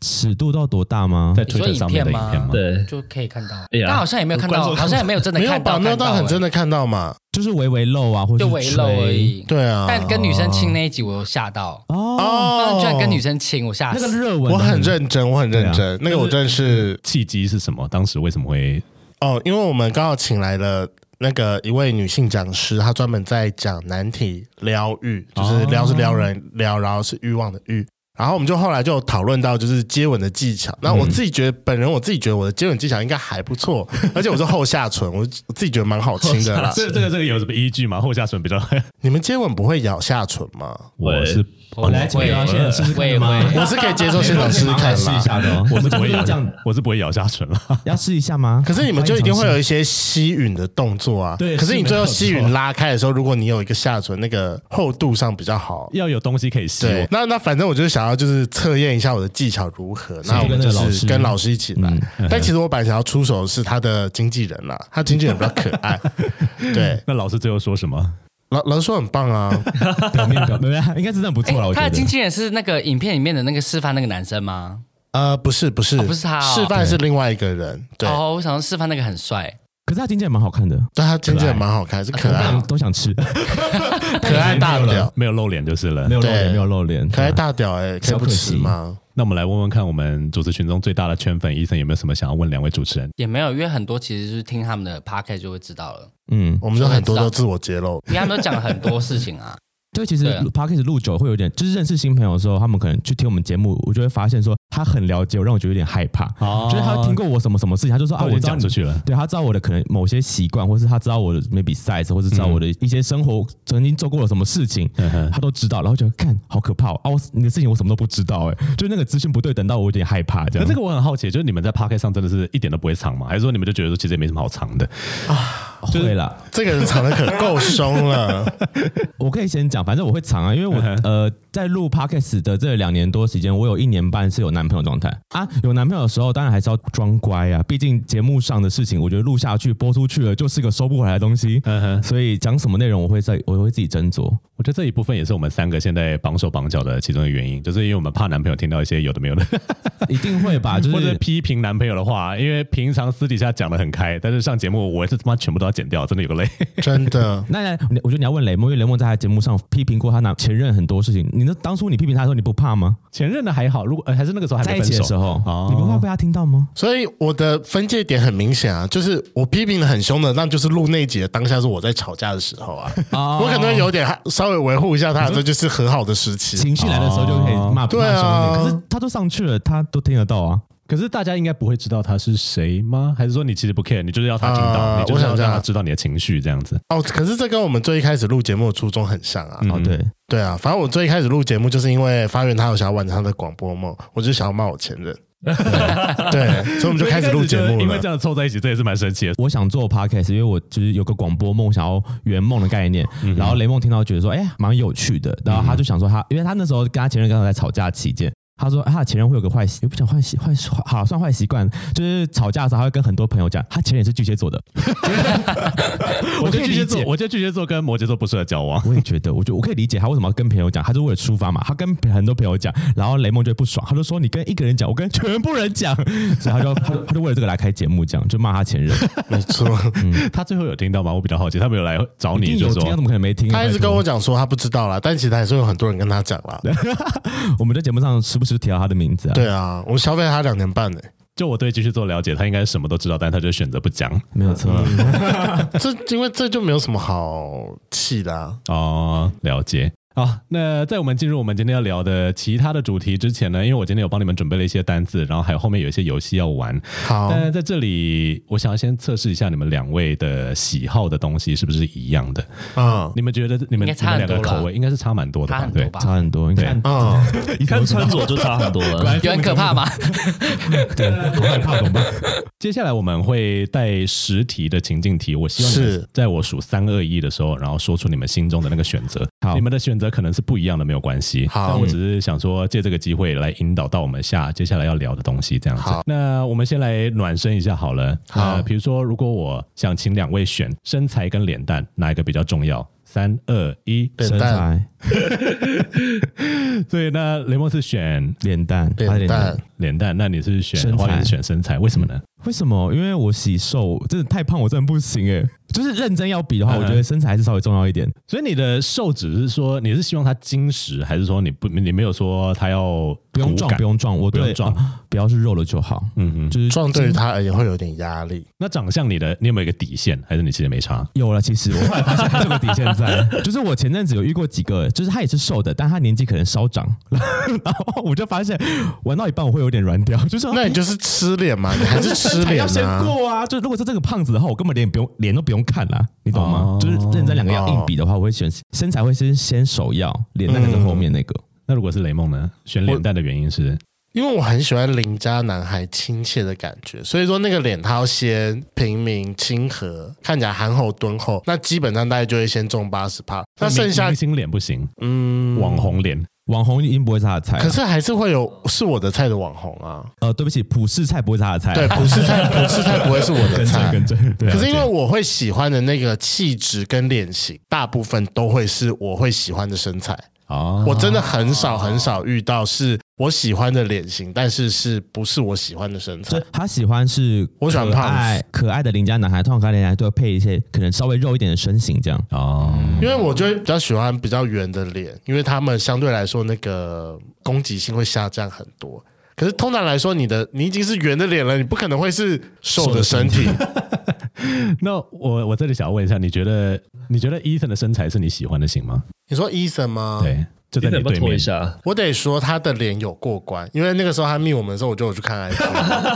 S4: 尺度到多大吗？
S3: 在
S2: 你说
S3: Twitter 上面的影片
S2: 影片
S3: 吗
S2: 吗？
S5: 对，
S2: 就可以看到，
S5: 哎呀
S2: 但好像也没有看
S5: 观
S2: 到，
S5: 众
S2: 好像也没 有真的
S1: 没有
S2: 看
S1: 吧？
S2: 到，
S1: 没有到
S2: 看
S1: 很真
S2: 欸，
S1: 的看到嘛？
S4: 就是微微露啊，或者
S2: 就围漏而已。
S1: 对啊，
S2: 但跟女生亲那一集，我有吓到，
S4: 哦。
S2: 但
S1: 哦
S2: 居然跟女，生亲，我吓
S4: 那个
S2: 死。
S4: 热吻，
S1: 我很，认真，我很认真。那个我真的啊是
S3: 契机是什么？当时为什么会
S1: 哦，因为我们刚好请来了。那个一位女性讲师，她专门在讲难题疗愈，就是撩是撩人撩，然后是欲望的欲。然后我们就后来就讨论到就是接吻的技巧。那我自己觉得，本人我自己觉得我的接吻技巧应该还不错， 而且我是后下唇，我我自己觉得蛮好亲的 啦。
S3: 这个这个这个有什么依据吗？后下唇比较
S1: 你们接吻不会咬下唇 吗？
S3: 我是
S2: 我
S4: 来请
S2: 会
S4: 到现场试试
S2: 我也
S4: 看吗
S2: 会
S1: 我是可以接受现场试试看
S4: 试一
S1: 啦。
S4: 下的哦，
S3: 我是不会咬
S4: 这
S3: 下
S4: 样，，
S3: 我是不会咬下唇了。
S4: 要试一下吗？
S1: 可是你们就一定会有一些吸吮的动作啊。
S4: 对
S1: 可是你
S4: 是
S1: 最后
S4: 没有错
S1: 吸吮拉开的时候，如果你有一个下唇，那个厚度上比较好。
S3: 要有东西可以吸，
S1: 对，那那反正我就是想要就是测验一下我的技巧如何，那我们就
S4: 跟着老
S1: 是
S4: 师
S1: 跟老师一起来。
S4: 嗯
S1: 但其实我本来想要出手的是他的经纪人啦、他经纪人比较可 爱，对，
S3: 那老师最后说什么？
S1: 老老师说很棒啊，
S4: 表面表面 应该是真的不错了，我
S2: 哎他
S4: 觉
S2: 的经
S4: 得。
S2: 纪人是那个影片里面的那个示范那个男生吗？
S1: 呃，不是不是、
S2: 哦不是他哦
S1: 示范是另外一个人，对，
S2: 哦，我想说示范那个很帅，
S4: 可是他经纪人蛮好看的，
S1: 但他经纪人蛮好看，是可
S4: 我
S1: 爱
S4: 们都想吃，
S1: 可爱大屌，
S3: 没有露脸就是了
S4: 没。有露脸，
S1: 对
S4: 没有露脸，啊
S1: 可爱大屌哎、可以
S4: 小
S1: 不
S4: 可
S1: 吃
S4: 惜
S1: 吗？
S3: 那我们来问问看，我们主持群中最大的圈粉伊森有没有什么想要问两位主持人？
S2: 也没有，因为很多其实就是听他们的 podcast 就会知道了，
S4: 嗯，
S1: 我们有很多都自我揭露，
S2: 因为他们都讲了很多事情 啊。
S4: 对，其实
S2: 对啊
S4: podcast 录久了会有点，就是认识新朋友的时候，他们可能去听我们节目，我就会发现说他很了解我，让我觉得有点害怕，
S3: 哦
S4: 就是他听过我什么什么事情，他就说啊，
S3: 啊，我已
S4: 我
S3: 经
S4: 知道
S3: 讲
S4: 你
S3: 出去了。
S4: 对他知道我的可能某些习惯，或是他知道我的 maybe size，或是知道我的一些生活曾经做过了什么事情，
S3: 嗯哼
S4: 他都知道，然后觉得看好可怕哦啊！我你的事情我什么都不知道、哎，就那个资讯不对，等到我有点害怕
S3: 那
S4: 这样。
S3: 这个我很好奇，就是你们在 p a r k 上真的是一点都不会藏吗？还是说你们就觉得说其实也没什么好藏的？
S4: 个会啦，
S1: 这个人藏的可够凶了，
S4: 我可以先讲，反正我会藏啊，因
S3: 嗯
S4: 为我呃在录 podcast 的这两年多时间，我有一年半是有男朋友状态啊。有男朋友的时候，当然还是要装乖啊，毕竟节目上的事情，我觉得录下去播出去了就是个收不回来的东西，
S3: 嗯哼，
S4: 所以讲什么内容我会在我会自己斟 酌。
S3: 我觉得这一部分也是我们三个现在绑手绑脚的其中一个原因，就是因为我们怕男朋友听到一些有的 没有的，
S4: 一定会吧，就
S3: 或者
S4: 是
S3: 批评男朋友的话，因为平常私底下讲的很开，但是上节目我是他妈全部都要剪掉，真的有个累。
S1: 真的。
S4: 那那我觉得你要问雷蒙，因为雷蒙在他节目上批评过他男前任很多事情。你那当初你批评他的时候，你不怕吗？
S3: 前任的还好，如果、呃还是那个时候还
S4: 在
S3: 没
S4: 一
S3: 分
S4: 起的
S3: 手
S4: 时候，
S3: 哦
S4: 你不怕被他听 到吗？
S1: 所以我的分界点很明显啊，就是我批评的很凶的，那就是录那一集的当下是我在吵架的时候啊，
S4: 哦
S1: 我可能会有点害稍微维护一下他，这就是和好的时期。
S4: 情绪来的时候就可以骂骂
S1: 对啊
S4: 凶一点，可是他都上去了，他都听得到啊。
S3: 可是大家应该不会知道他是谁吗？还是说你其实不 care，你就是要他听到，
S1: 啊
S3: 你就是要
S1: 我想这
S3: 让
S1: 样
S3: 他知道你的情绪这样子？
S1: 哦，可是这跟我们最一开始录节目的初衷很像啊。
S4: 哦，对，
S1: 对啊，反正我最一开始录节目就是因为发源他有想要完成他的广播梦，我就想要骂我前 任，对，所以我们就开始录节目
S3: 因为
S1: 了
S3: 这。样凑在一起，这也是蛮神奇的。
S4: 我想做 podcast，因为我就是有个广播梦，想要圆梦的概念。然后雷梦听到觉得说，哎、蛮有趣的。然后他就想说他，因为他那时候跟他前任刚好在吵架期间。他说：“啊他的前任会有个坏习，也不讲坏习，坏习好算坏习惯，就是吵架的时候，他会跟很多朋友讲，他前任也是巨蟹座 的。
S3: 我觉
S4: 可
S3: 得
S4: 以
S3: 巨蟹
S4: 理
S3: 座，
S4: 解
S3: 我觉得巨蟹座跟摩羯座不适合交往。
S4: 我也觉得，我觉得我可以理解他为什么要跟朋友讲，他是为了抒发嘛。他跟很多朋友讲，然后雷蒙就会不爽，他就说你跟一个人讲，我跟全部 人讲，所以他就他就他就为了这个来开节目讲，就骂他前任。
S1: 没 错，
S3: 他最后有听到吗？我比较好奇，他没有来找
S4: 一
S3: 你，
S4: 定
S3: 就
S4: 有听，
S3: 说
S4: 他怎么可能没听？
S1: 他一直
S4: 拜托
S1: 跟我讲说他不知道啦，但其实还是有很多人跟他讲 啦。
S3: 哎
S4: 我们在节目上时不时提到他的名字啊。，
S1: 对啊，我消费他两年半呢、欸
S3: 就我对巨蟹座了解，他应该什么都知道，但他就选择不讲。
S4: 没有错。
S1: 这因为这就没有什么好气的、啊。
S3: 哦，了解。好，那在我们进入我们今天要聊的其他的主题之前呢，因为我今天有帮你们准备了一些单字，然后还有后面有一些游戏要玩。
S1: 好，
S4: 嗯
S3: 但是在这里，我想要先测试一下你们两位的喜好的东西是不是一样的。
S1: 嗯
S3: 你们觉得你
S2: 应
S3: 们
S2: 该差
S3: 你
S2: 很
S3: 们
S2: 多
S3: 两
S2: 啦
S3: 个口味应该是差蛮多的
S2: 差
S3: 吧？
S2: 很多
S3: 对，
S2: 吧？
S4: 差很多，你看，
S1: 嗯，
S5: 你看穿着就差很 多了。
S2: 有很可怕吗？
S4: 对，我害怕怎么办？
S3: 接下来我们会带十题的情境题，我 希望你们
S1: 是
S3: 在我数三二一的时候，然后说出你们心中的那个选择。
S4: 好
S3: 你们的选择可能是不一样的，没有关系。
S1: 好
S3: 但我只是想说借这个机会来引导到我们下接下来要聊的东西，这样子
S1: 好。
S3: 那我们先来暖身一下好了。
S1: 好
S3: 呃比如说，如果我想请两位选身材跟脸蛋，哪一个比较重要？三二一，
S1: 脸
S4: 身
S1: 蛋，
S4: 材、
S3: 所以呢，雷蒙是选
S4: 脸蛋、他的
S1: 脸蛋，，
S3: 脸蛋，那你是选
S4: 身材
S3: 花莲是选身材，为什么呢？
S4: 为什么？因为我喜瘦，真的太胖，我真的不行哎。就是认真要比的话，
S3: 嗯
S4: 我觉得身材还是稍微重要一点。
S3: 所以你的瘦只是说你是希望它精实，还是说你不你没有说它要
S4: 不用
S3: 骨
S4: 撞，
S3: 感
S4: 不用撞，我
S3: 不用
S4: 对
S3: 撞
S4: 啊不要是肉了就好。
S3: 嗯嗯。
S4: 就是
S1: 撞对于他而言会有点压力。
S3: 那长相你的你有没有一个底线，还是你其实没差？
S4: 有了，其实我后来发现他这个底线在， 就是我前阵子有遇过几个，就是他也是瘦的，但他年纪可能稍长，然后我就发现玩到一半我会有点软掉，
S3: 哦
S4: 就是
S1: 那你就是吃脸嘛，你还是吃
S4: 身材
S1: 脸
S4: 要先
S1: 啊？
S4: 过啊，就如果是这个胖子的话，我根本脸不用脸都不用看啦，你懂吗？
S3: 哦
S4: 就是认真两个要硬比的话，我会选身材会先先首要，脸蛋是后面那个。
S3: 那如果是雷梦呢？选脸蛋的原因是
S1: 因为我很喜欢邻家男孩亲切的感觉，所以说那个脸他要先平民亲和，看起来憨厚敦厚，那基本上大概就会先中八十趴。那剩下
S3: 明明星脸不行，
S1: 嗯
S3: 网红脸
S4: 网红一定不会是他的
S3: 哎
S4: 菜啊。
S1: 可是还是会有是我的菜的网红啊，
S4: 呃，对不起，普世菜不会是他的菜啊。
S1: 对，不是 菜，不是菜不会是我的
S4: 跟
S1: 菜
S4: 着。跟着，对啊。
S1: 可是因为我会喜欢的那个气质跟脸型，大部分都会是我会喜欢的身材。
S4: 哦，
S1: 我真的很少很少遇到是我喜欢的脸型，但是是不是我喜欢的身
S4: 所
S1: 材
S4: 以？他喜欢是
S1: 我喜欢
S4: 可
S1: 胖子
S4: 爱可爱的邻家男孩，通常可爱的邻家男孩都会配一些可能稍微肉一点的身形这样。
S3: 哦，
S1: 因为我就会比较喜欢比较圆的脸，因为他们相对来说那个攻击性会下降很多。可是通常来说，你的你已经是圆的脸了，你不可能会是瘦的身体。
S3: 那我我这里想要问一下，你觉得你觉得 Ethan 的身材是你喜欢的型吗？
S1: 你说医生吗？，
S3: 对，就在
S5: 你
S3: 你
S5: 怎么
S3: 对
S5: 拖
S3: 面
S5: 一。下？
S1: 我得说他的脸有过关，因为那个时候他密我们的时候，我就有去看 IG。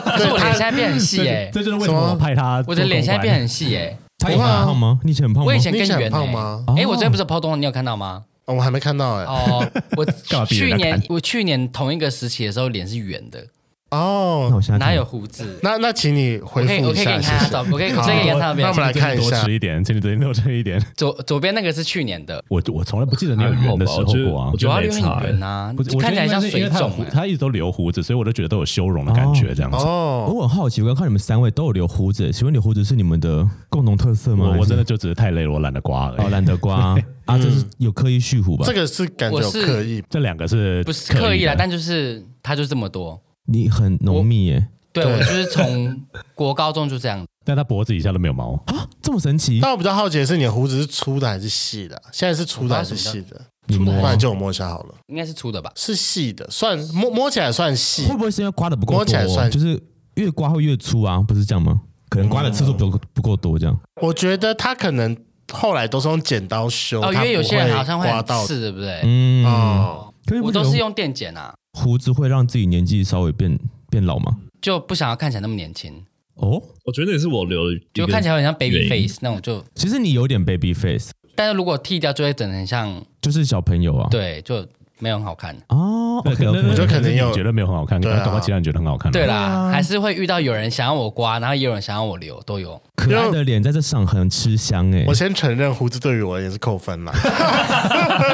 S2: 可是
S1: 对
S2: 我脸现
S1: 他，
S2: 在变很
S3: 这
S2: 细哎、
S3: 这就是为什么我派他做
S2: 我
S3: 公关。
S2: 的脸现在变很细哎、
S4: 他以
S1: 不
S4: 前
S1: 会啊
S4: 很胖吗？你以前很胖吗？
S2: 我以前
S1: 你以
S2: 更
S1: 前很
S2: 圆
S1: 胖
S2: 哎、
S1: 吗
S3: 哦
S2: 哎、我昨天不是 PO 动，你有看到 吗？
S1: 哦我还没看到哎、
S2: 哦，我
S3: 干嘛逼人
S2: 去
S3: 家
S2: 年
S3: 看
S2: 我去年同一个时期的时候，脸是圆的，
S4: 那
S1: 哦，
S4: 我现在
S2: 哪
S4: 看
S2: 有胡子？
S1: 那那请你回
S2: 我可以，
S1: 复
S2: 我
S1: 一
S2: 可以给
S1: 下，
S2: 你
S1: 谢
S2: 看他
S1: 谢
S2: 照，。我可以，
S1: 好
S2: 我可以给你看他的
S1: 那我们
S2: 表情。
S1: 来看一
S3: 多
S1: 下
S3: 吃一点，请你最近多吃一点。
S2: 左左边那个是去年的，
S3: 我我从来不记得你有圆的时候过啊
S5: 还好吧我觉得我。
S2: 主要
S5: 觉得没
S2: 因为你
S5: 差欸
S2: 圆啊
S3: 不是，，
S2: 就
S3: 我觉
S2: 看起
S3: 得
S2: 来像
S3: 应该是因
S2: 水
S3: 为他
S2: 肿
S3: 有胡
S2: 欸。
S3: 他一直都留胡子，所以我都觉得都有修容的感觉，这样子。
S1: 哦，
S4: 我很好奇，我刚看你们三位都有留胡子，请问留胡子是你们的共同特色吗？
S3: 我
S4: 还
S3: 我
S4: 是
S3: 真的就只是太累了，我懒得刮而
S4: 哦
S3: 已。
S4: 懒得刮啊，这是有刻意蓄胡吧
S1: 这？个是感觉
S2: 我
S1: 有
S2: 是
S1: 刻意，
S3: 这两个是
S2: 不是刻意啦，
S3: 的
S2: 但就是他就这么多。
S4: 你很浓密耶，
S2: 对
S1: 对
S2: 我就是从国高中就这样，
S3: 但他脖子以下都没有毛。
S4: 这么神奇？
S1: 但我比较好奇的是，你的胡子是粗的还是细的？现在是粗的还是细的？
S4: 你
S1: 不
S4: 摸
S2: 啊
S1: 然就我摸一下好了，
S2: 应该是粗的吧？
S1: 是细的，算摸摸起来算细
S4: 会。不会是因为刮的不够
S1: 摸起来
S4: 多？
S1: 算
S4: 就是越刮会越粗啊，不是这样吗？可能刮的次数不够不够多这样。
S1: 我觉得他可能后来都是用剪刀修，
S2: 哦，因为有些人好像
S1: 会
S2: 会
S1: 刮
S2: 很
S1: 到。
S2: 刺，对不对？
S4: 嗯，
S1: 哦，
S4: 可
S2: 哎我都是用电剪啊，
S4: 胡子会让自己年纪稍微变变老吗？
S2: 就不想要看起来那么年轻，
S4: 哦，
S5: 我觉得也是我留的一个，
S2: 就看起来很像 baby
S5: 原因
S2: face 那种就。
S4: 其实你有点 baby face，
S2: 但是如果剃掉，就会整得很像，
S4: 就是小朋友啊。
S2: 对，就没有很好看。
S4: 哦，OK
S3: 那那
S4: OK，
S1: 我觉得肯定有
S3: 那你觉得没有很好看，可
S1: 对啊
S3: 能搞不好其他人觉得很好看。
S2: 对啦，
S4: 啊
S2: 还是会遇到有人想要我刮，然后也有人想要我留，都有。
S4: 可爱的脸在这上很吃香哎、
S1: 我先承认胡子对于我也是扣分 啦，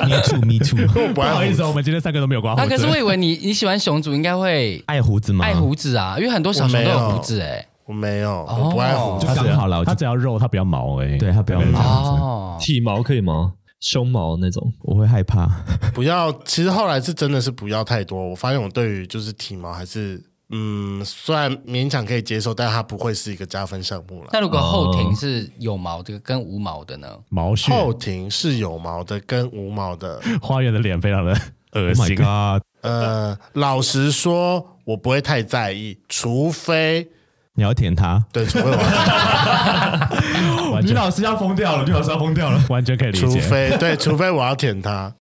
S4: me too me too，
S1: 因为我不
S3: 不好
S1: 爱
S3: 意
S1: 胡
S3: 思
S1: 子
S3: 哦，。我们今天三个都没有刮胡
S2: 那
S3: 子。
S2: 啊可是我以为你你喜欢熊族应该会
S4: 爱胡子吗？
S2: 爱胡子啊，因为很多小熊都有胡子哎、
S1: 我没有，我不爱胡子
S4: 就。刚好了，我就
S3: 他只要肉，他不要毛而已。
S4: 对他不要
S3: 对
S4: 毛
S2: 哦，
S5: 体毛可以吗？胸毛那种，
S4: 我会害怕。
S1: 不要，其实后来是真的是不要太多。我发现我对于就是体毛还是嗯，虽然勉强可以接受，但它不会是一个加分项目了。
S2: 那如果后庭是有毛的跟无毛的呢？
S3: 毛屑，
S1: 后庭是有毛的跟无毛的，
S3: 花园的脸非常的恶
S4: Oh
S3: 心
S4: my。god，
S1: 呃，老实说，我不会太在意，除非
S4: 你要舔他？
S1: 对，除非我要
S3: 完全
S4: 师要疯掉了，女老师要疯掉了。
S3: 完全可 以理
S1: 除
S3: 解。
S1: 非对，除非我要舔它。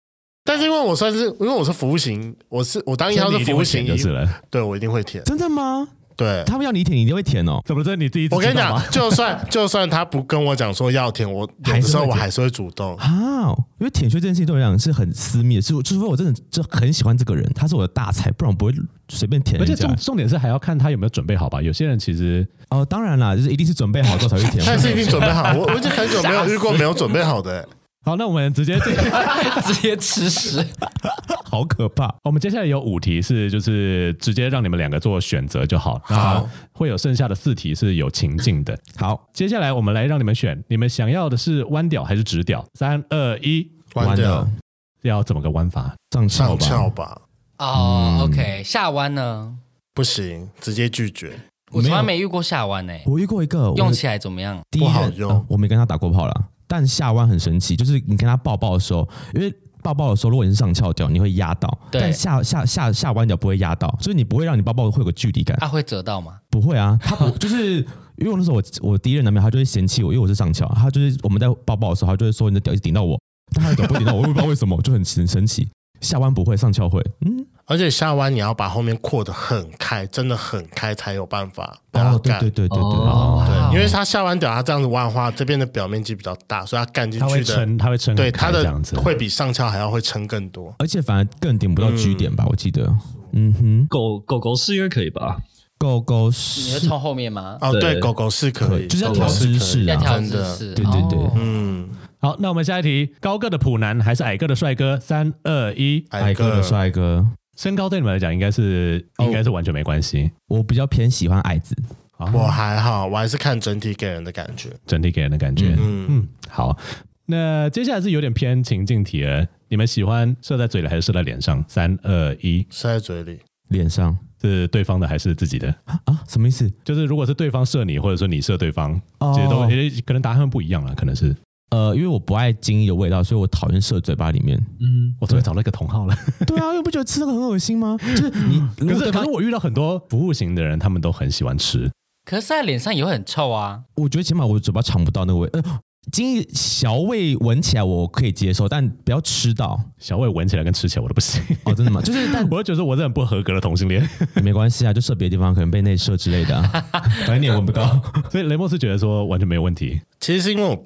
S1: 但是因为我算是，因为我是服务型，我是我当一号
S3: 所
S1: 是
S3: 以你一
S1: 服
S3: 定
S1: 务
S3: 会
S1: 型
S3: 舔就是了。
S1: 对我一定会舔。
S4: 真的吗？
S1: 对，
S4: 他们要你舔，你一定会舔哦。
S3: 怎么这是你自己？
S1: 我跟你讲，，就算就算他不跟我讲说要舔，我有的时候我还是会主动。
S4: 啊，因为舔穴这件事情对我来讲是很私密的，除除非我真的就很喜欢这个人，他是我的大菜，不然我不会随便舔
S3: 而且
S4: 人家
S3: 重。重点是还要看他有没有准备好吧。有些人其实
S4: 哦，当然啦，就是一定是准备好之后才会舔。
S1: 但是已经准备好，我我已经很久没有遇过没有准备好的、欸
S3: 好，那我们直接进。
S2: 直接吃屎！
S4: 好可怕。
S3: 我们接下来有五题是就是直接让你们两个做选择就好，然后会有剩下的四题是有情境的。
S4: 好，
S3: 接下来我们来让你们选，你们想要的是弯屌还是直屌？三二一，
S1: 弯掉
S4: 了，
S3: 要怎么个弯法？
S4: 上
S1: 上
S4: 翘吧
S1: 翘。吧，
S2: 哦、o k 下弯呢？
S1: 不行，直接拒绝。
S2: 我从来
S4: 没
S2: 没遇过下弯哎、
S4: 我遇过一个，我
S2: 用
S4: 的
S2: 起来怎么样？
S4: 第一
S1: 不好
S4: 任
S1: 用
S4: 呃我没跟他打过炮啦，但下弯很神奇，就是你跟他抱抱的时候，因为。抱抱的时候，如果你是上翘掉，你会压到；
S2: 对
S4: 但下下下下弯脚不会压到，所以你不会让你抱抱会有个距离感。
S2: 啊，会折到吗？
S4: 不会啊， 他不就是因为我那时候我我第一任男朋友，他就会嫌弃我，因为我是上翘，他就是我们在抱抱的时候，他就会说你的屌一直顶到我，但他的屌不会顶到我，我也不知道为什么，就很神神奇。下弯不会，上翘会，嗯，
S1: 而且下弯你要把后面扩得很开，真的很开才有办法把它
S4: 哦，对
S1: 干。
S4: 对对对对，
S5: 哦
S1: 对
S2: 哇
S1: 因为它下弯屌，它这样子弯的话，这边的表面积比较大，所以它干进
S3: 它会
S1: 去的，
S3: 撑，它会撑很
S1: 对
S3: 开
S1: 它
S3: 这
S1: 的
S3: 样子。
S1: 会比上翘还要会撑更多。
S4: 而且反而更顶不到 G 点吧，我记得，嗯哼，
S5: 狗狗狗是应该可以吧？
S4: 狗
S2: 你
S4: 狗
S2: 会
S4: 是
S2: 冲后面吗？
S1: 哦，对，
S5: 对
S1: 狗狗是可
S4: 可
S1: 以，
S4: 以就是要
S1: 狗狗
S4: 调
S1: 是可以
S4: 姿势
S2: 要
S4: 啊
S2: 跳
S1: 真
S2: 姿
S1: 的，
S2: 势，
S4: 对对对
S2: 哦
S1: 嗯，
S3: 好，那我们下一题，高个的普男还是矮个的帅哥？三二一，
S4: 矮个的帅哥，
S3: 身高对你们来讲应该是
S4: 哦
S3: 应该是完全没关系。
S4: 我比较偏喜欢矮子。
S3: 啊
S1: 嗯我还好，我还是看整体给人的感觉。
S3: 整体给人的感觉。嗯
S1: 嗯，
S3: 好，那接下来是有点偏情境题了。你们喜欢射在嘴里还是射在脸上？三二一，
S1: 塞在嘴里，
S4: 脸上
S3: 是对方的还是自己的？
S4: 啊，什么意思？
S3: 就是如果是对方射你，或者说你射对方，
S4: 哦
S3: 其实都也可能答案不一样了。可能是
S4: 呃，因为我不爱精液的味道，所以我讨厌射嘴巴里面。
S5: 嗯，
S3: 我昨天找到一个同号了。
S4: 对啊，又不觉得吃那个很恶心吗？嗯就是你，如
S3: 可
S4: 果
S3: 是
S4: 对
S3: 可
S4: 方
S3: 是我遇到很多服务型的人，他们都很喜欢吃。
S2: 可是在脸上也会很臭啊。
S4: 我觉得起码我嘴巴尝不到那个味，呃，精液小味闻起来我可以接受，但不要吃 到。
S3: 小魏闻起来跟吃起来我都不行，
S4: 哦，真的吗？就是但
S3: 我就觉得我是很不合格的同性恋。
S4: 没关系啊，就射别的地方可能被内射之类的、 啊，反正你也闻不到。
S3: 所以雷莫斯觉得说完全没有问题。
S1: 其实是因为我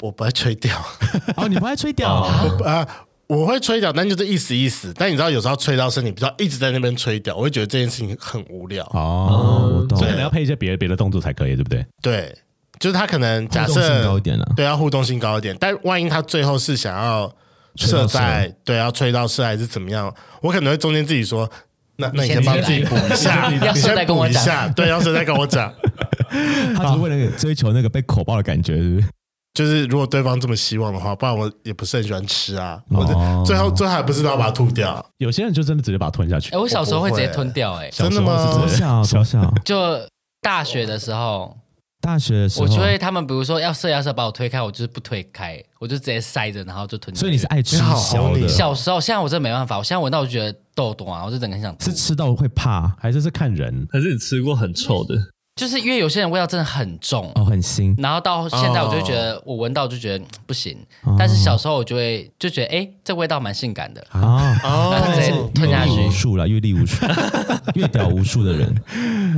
S1: 我不爱吹掉，
S4: 哦，你不爱吹屌、啊？
S1: 我啊。我会吹掉，但就是意思意思。但你知道，有时候吹到身体，不知道一直在那边吹掉，我会觉得这件事情很无聊。
S4: 哦，我懂
S3: 所以。可能要配一些别的别的动作才可以，对不对？
S1: 对，就是他可能假
S4: 互动性
S1: 设
S4: 高一点了啊
S1: 对，要互动性高一点。但万一他最后是想要
S4: 吹到
S1: 射在对，要吹到射还是怎么样，我可能会中间自己说，那那你
S2: 你
S1: 先
S2: 先
S1: 帮
S2: 自
S1: 自
S2: 己
S1: 己补一下，
S2: 来要
S1: 你
S2: 射再
S1: 先
S2: 跟我
S1: 补一
S2: 讲
S1: 下，对，要射再跟我讲。
S4: 他只是为了追求那个被口爆的感觉，是不是？
S1: 就是如果对方这么希望的话，不然我也不是很喜欢吃啊。我这
S4: 哦
S1: 最后最后还不是都要把它吐掉？
S3: 有些人就真的直接把它吞下去。
S2: 哎、我小时候
S1: 我
S2: 会
S1: 不
S2: 直
S1: 会
S2: 接吞掉、欸，哎，
S1: 真的
S3: 小时候
S1: 吗
S4: 从
S3: 是？
S4: 小从小，
S2: 就大学的时候，
S4: 大学的时候，
S2: 我就会他们比如说要射要射把我推开，我就是不推开，我就直接塞着，然后就吞进去。
S4: 所以你是爱吃
S1: 你好
S4: 小
S1: 红
S4: 的
S1: 你，
S2: 小时候，现在我真的没办法，我现在闻到我就觉得痘痘啊，我就整个很想吐
S4: 是。吃到会怕
S3: 还是是看人，
S5: 还是你吃过很臭的？
S2: 就是因为有些人味道真的很重，
S4: 哦，很腥。
S2: 然后到现在我就觉得我闻到就觉得嗯不行，
S4: 哦
S2: 但是小时候我就会就觉得哎、这味道蛮性感的，
S4: 啊，
S2: 然后就直接
S1: 哦，
S2: 吞下去
S4: 阅历无。数了，阅历无数，阅屌无数的人，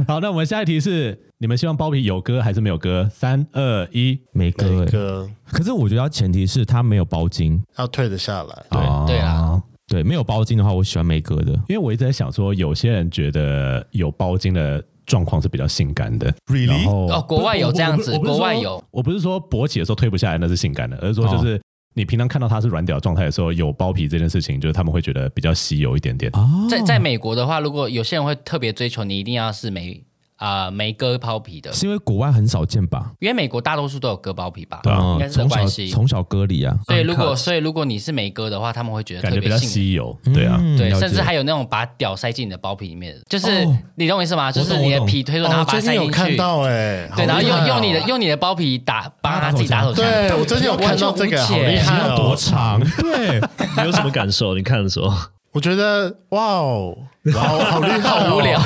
S3: 好，那我们下一题是：你们希望包皮有割还是没有割？三二一，
S4: 没割、
S1: 每
S4: 欸。
S1: 个
S4: 可是我觉得要前提是他没有包茎，
S1: 要退得下来。
S4: 对
S2: 对啊，
S4: 对，没有包茎的话，我喜欢没割的。
S3: 因为我一直在想说，有些人觉得有包茎的状况是比较性感的
S1: Really？
S3: 然后
S2: 哦，国外有这样子，
S3: 不是哦
S2: 国外。
S3: 我
S2: 有，哦
S3: 不我不是说我不是说勃起的时候推不下来那是性感的，而是说就是。你平常看到他是软屌状态的时候，有包皮这件事情，就是他们会觉得比较稀有一点点。
S4: 哦，
S2: 在在美国的话，如果有些人会特别追求你一定要是没啊、没割包皮的，
S4: 是因为国外很少见吧？嗯
S2: 因为美国大多数都有割包皮吧，
S3: 对啊
S2: 应该是这
S4: 从小
S2: 关系。
S4: 从小割礼啊，
S2: 所以如果
S5: Uncut
S2: 所以如果你是没割的话，他们会觉得
S3: 感
S2: 特
S3: 觉比
S2: 别
S3: 较
S2: 性
S3: 稀有，对啊，
S4: 嗯
S2: 对，
S4: 了解
S2: 甚至还有那种把屌塞进你的包皮里面的，就是、
S4: 哦
S2: 你懂我意思吗？就
S4: 我
S2: 是
S4: 懂
S2: 你的
S4: 我懂
S2: 皮推出，然
S1: 哦，
S2: 后把它
S1: 最
S2: 塞
S1: 近有
S2: 进
S1: 看
S2: 去，
S1: 到哎，好
S2: 对，然后
S1: 厉害哦
S2: 用用你的用你的包皮打帮他自己打手枪，
S1: 对我最近有看到这个，好厉害
S2: 要
S1: 哦！
S4: 长？对，
S5: 你有什么感受？你看的时候，
S1: 我觉得哇哦，好好厉害、哦，
S2: 好无聊，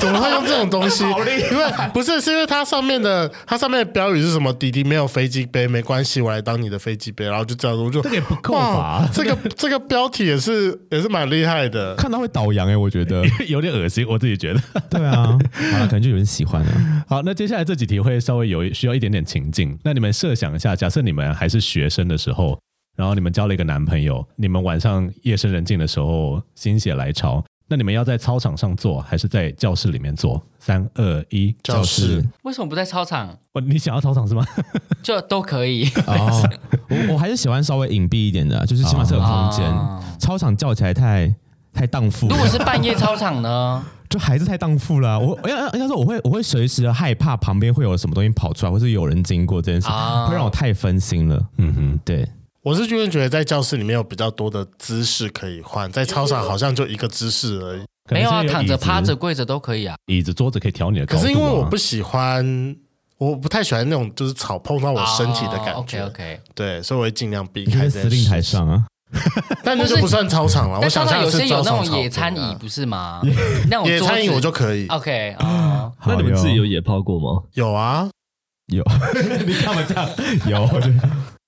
S1: 怎么会用这种东西？因为不是，是因为它上面的它上面的标语是什么？弟弟没有飞机杯没关系，我来当你的飞机杯，然后就这样子，我就这个也不
S3: 够吧？
S1: 这个这个标题也是也是蛮厉害的。
S4: 看到会倒洋哎，我觉得。
S3: 有点恶心，我自己觉得。
S4: 对啊，好了，可能就有人喜欢了。
S3: 好，那接下来这几题会稍微有一需要一点点情境。那你们设想一下，假设你们还是学生的时候，然后你们交了一个男朋友，你们晚上夜深人静的时候心血来潮，那你们要在操场上做，还是在教室里面做？三二一，
S1: 教室
S2: 为什么不在操场？
S3: 哦，你想要操场 是吗？
S2: 就都可以。
S4: 哦， 我我还是喜欢稍微隐蔽一点的，就是起码是有空间
S2: 哦。
S4: 操场叫起来太太荡妇了，
S2: 如果是半夜操场呢？
S4: 就还是太荡妇了啊。我要要要说我会我会随时地害怕旁边会有什么东西跑出来，或是有人经过这件事，
S2: 啊
S4: 会让我太分心了。
S3: 嗯哼，
S4: 对，
S1: 我是觉得觉得在教室里面有比较多的姿势可以换，在操场好像就一个姿势而已。
S3: 可能
S2: 没
S3: 是
S2: 有啊，
S3: 椅
S2: 躺着、
S3: 子
S2: 趴着、，跪着都可以啊。
S3: 椅子、桌子可以调你的高
S1: 可
S3: 度、啊。
S1: 是因为我不喜欢，我不太喜欢那种就是草碰到我身体
S2: 哦
S1: 的感觉，啊
S2: OK
S1: 对，所以我会尽量避
S4: 你就
S1: 开
S4: 在
S1: 这件
S4: 司令
S1: 事
S4: 台上啊，
S1: 但那就不算操场了。
S2: OK。
S1: 我
S2: 但操
S1: 想
S2: 场
S1: 象
S2: 有
S1: 的
S2: 些
S1: 是招
S2: 有那
S1: 商
S2: 种
S1: 草坪
S2: 野餐椅
S1: 啊，
S2: 不是吗？那种
S1: 野
S2: 桌
S1: 餐椅
S2: 子
S1: 我就可以。
S2: OK 哦。
S5: 那你们
S4: 好
S5: 自己有
S4: 有
S5: 野炮过吗？
S1: 有啊，
S4: 有
S3: 你看我这样，
S4: 有，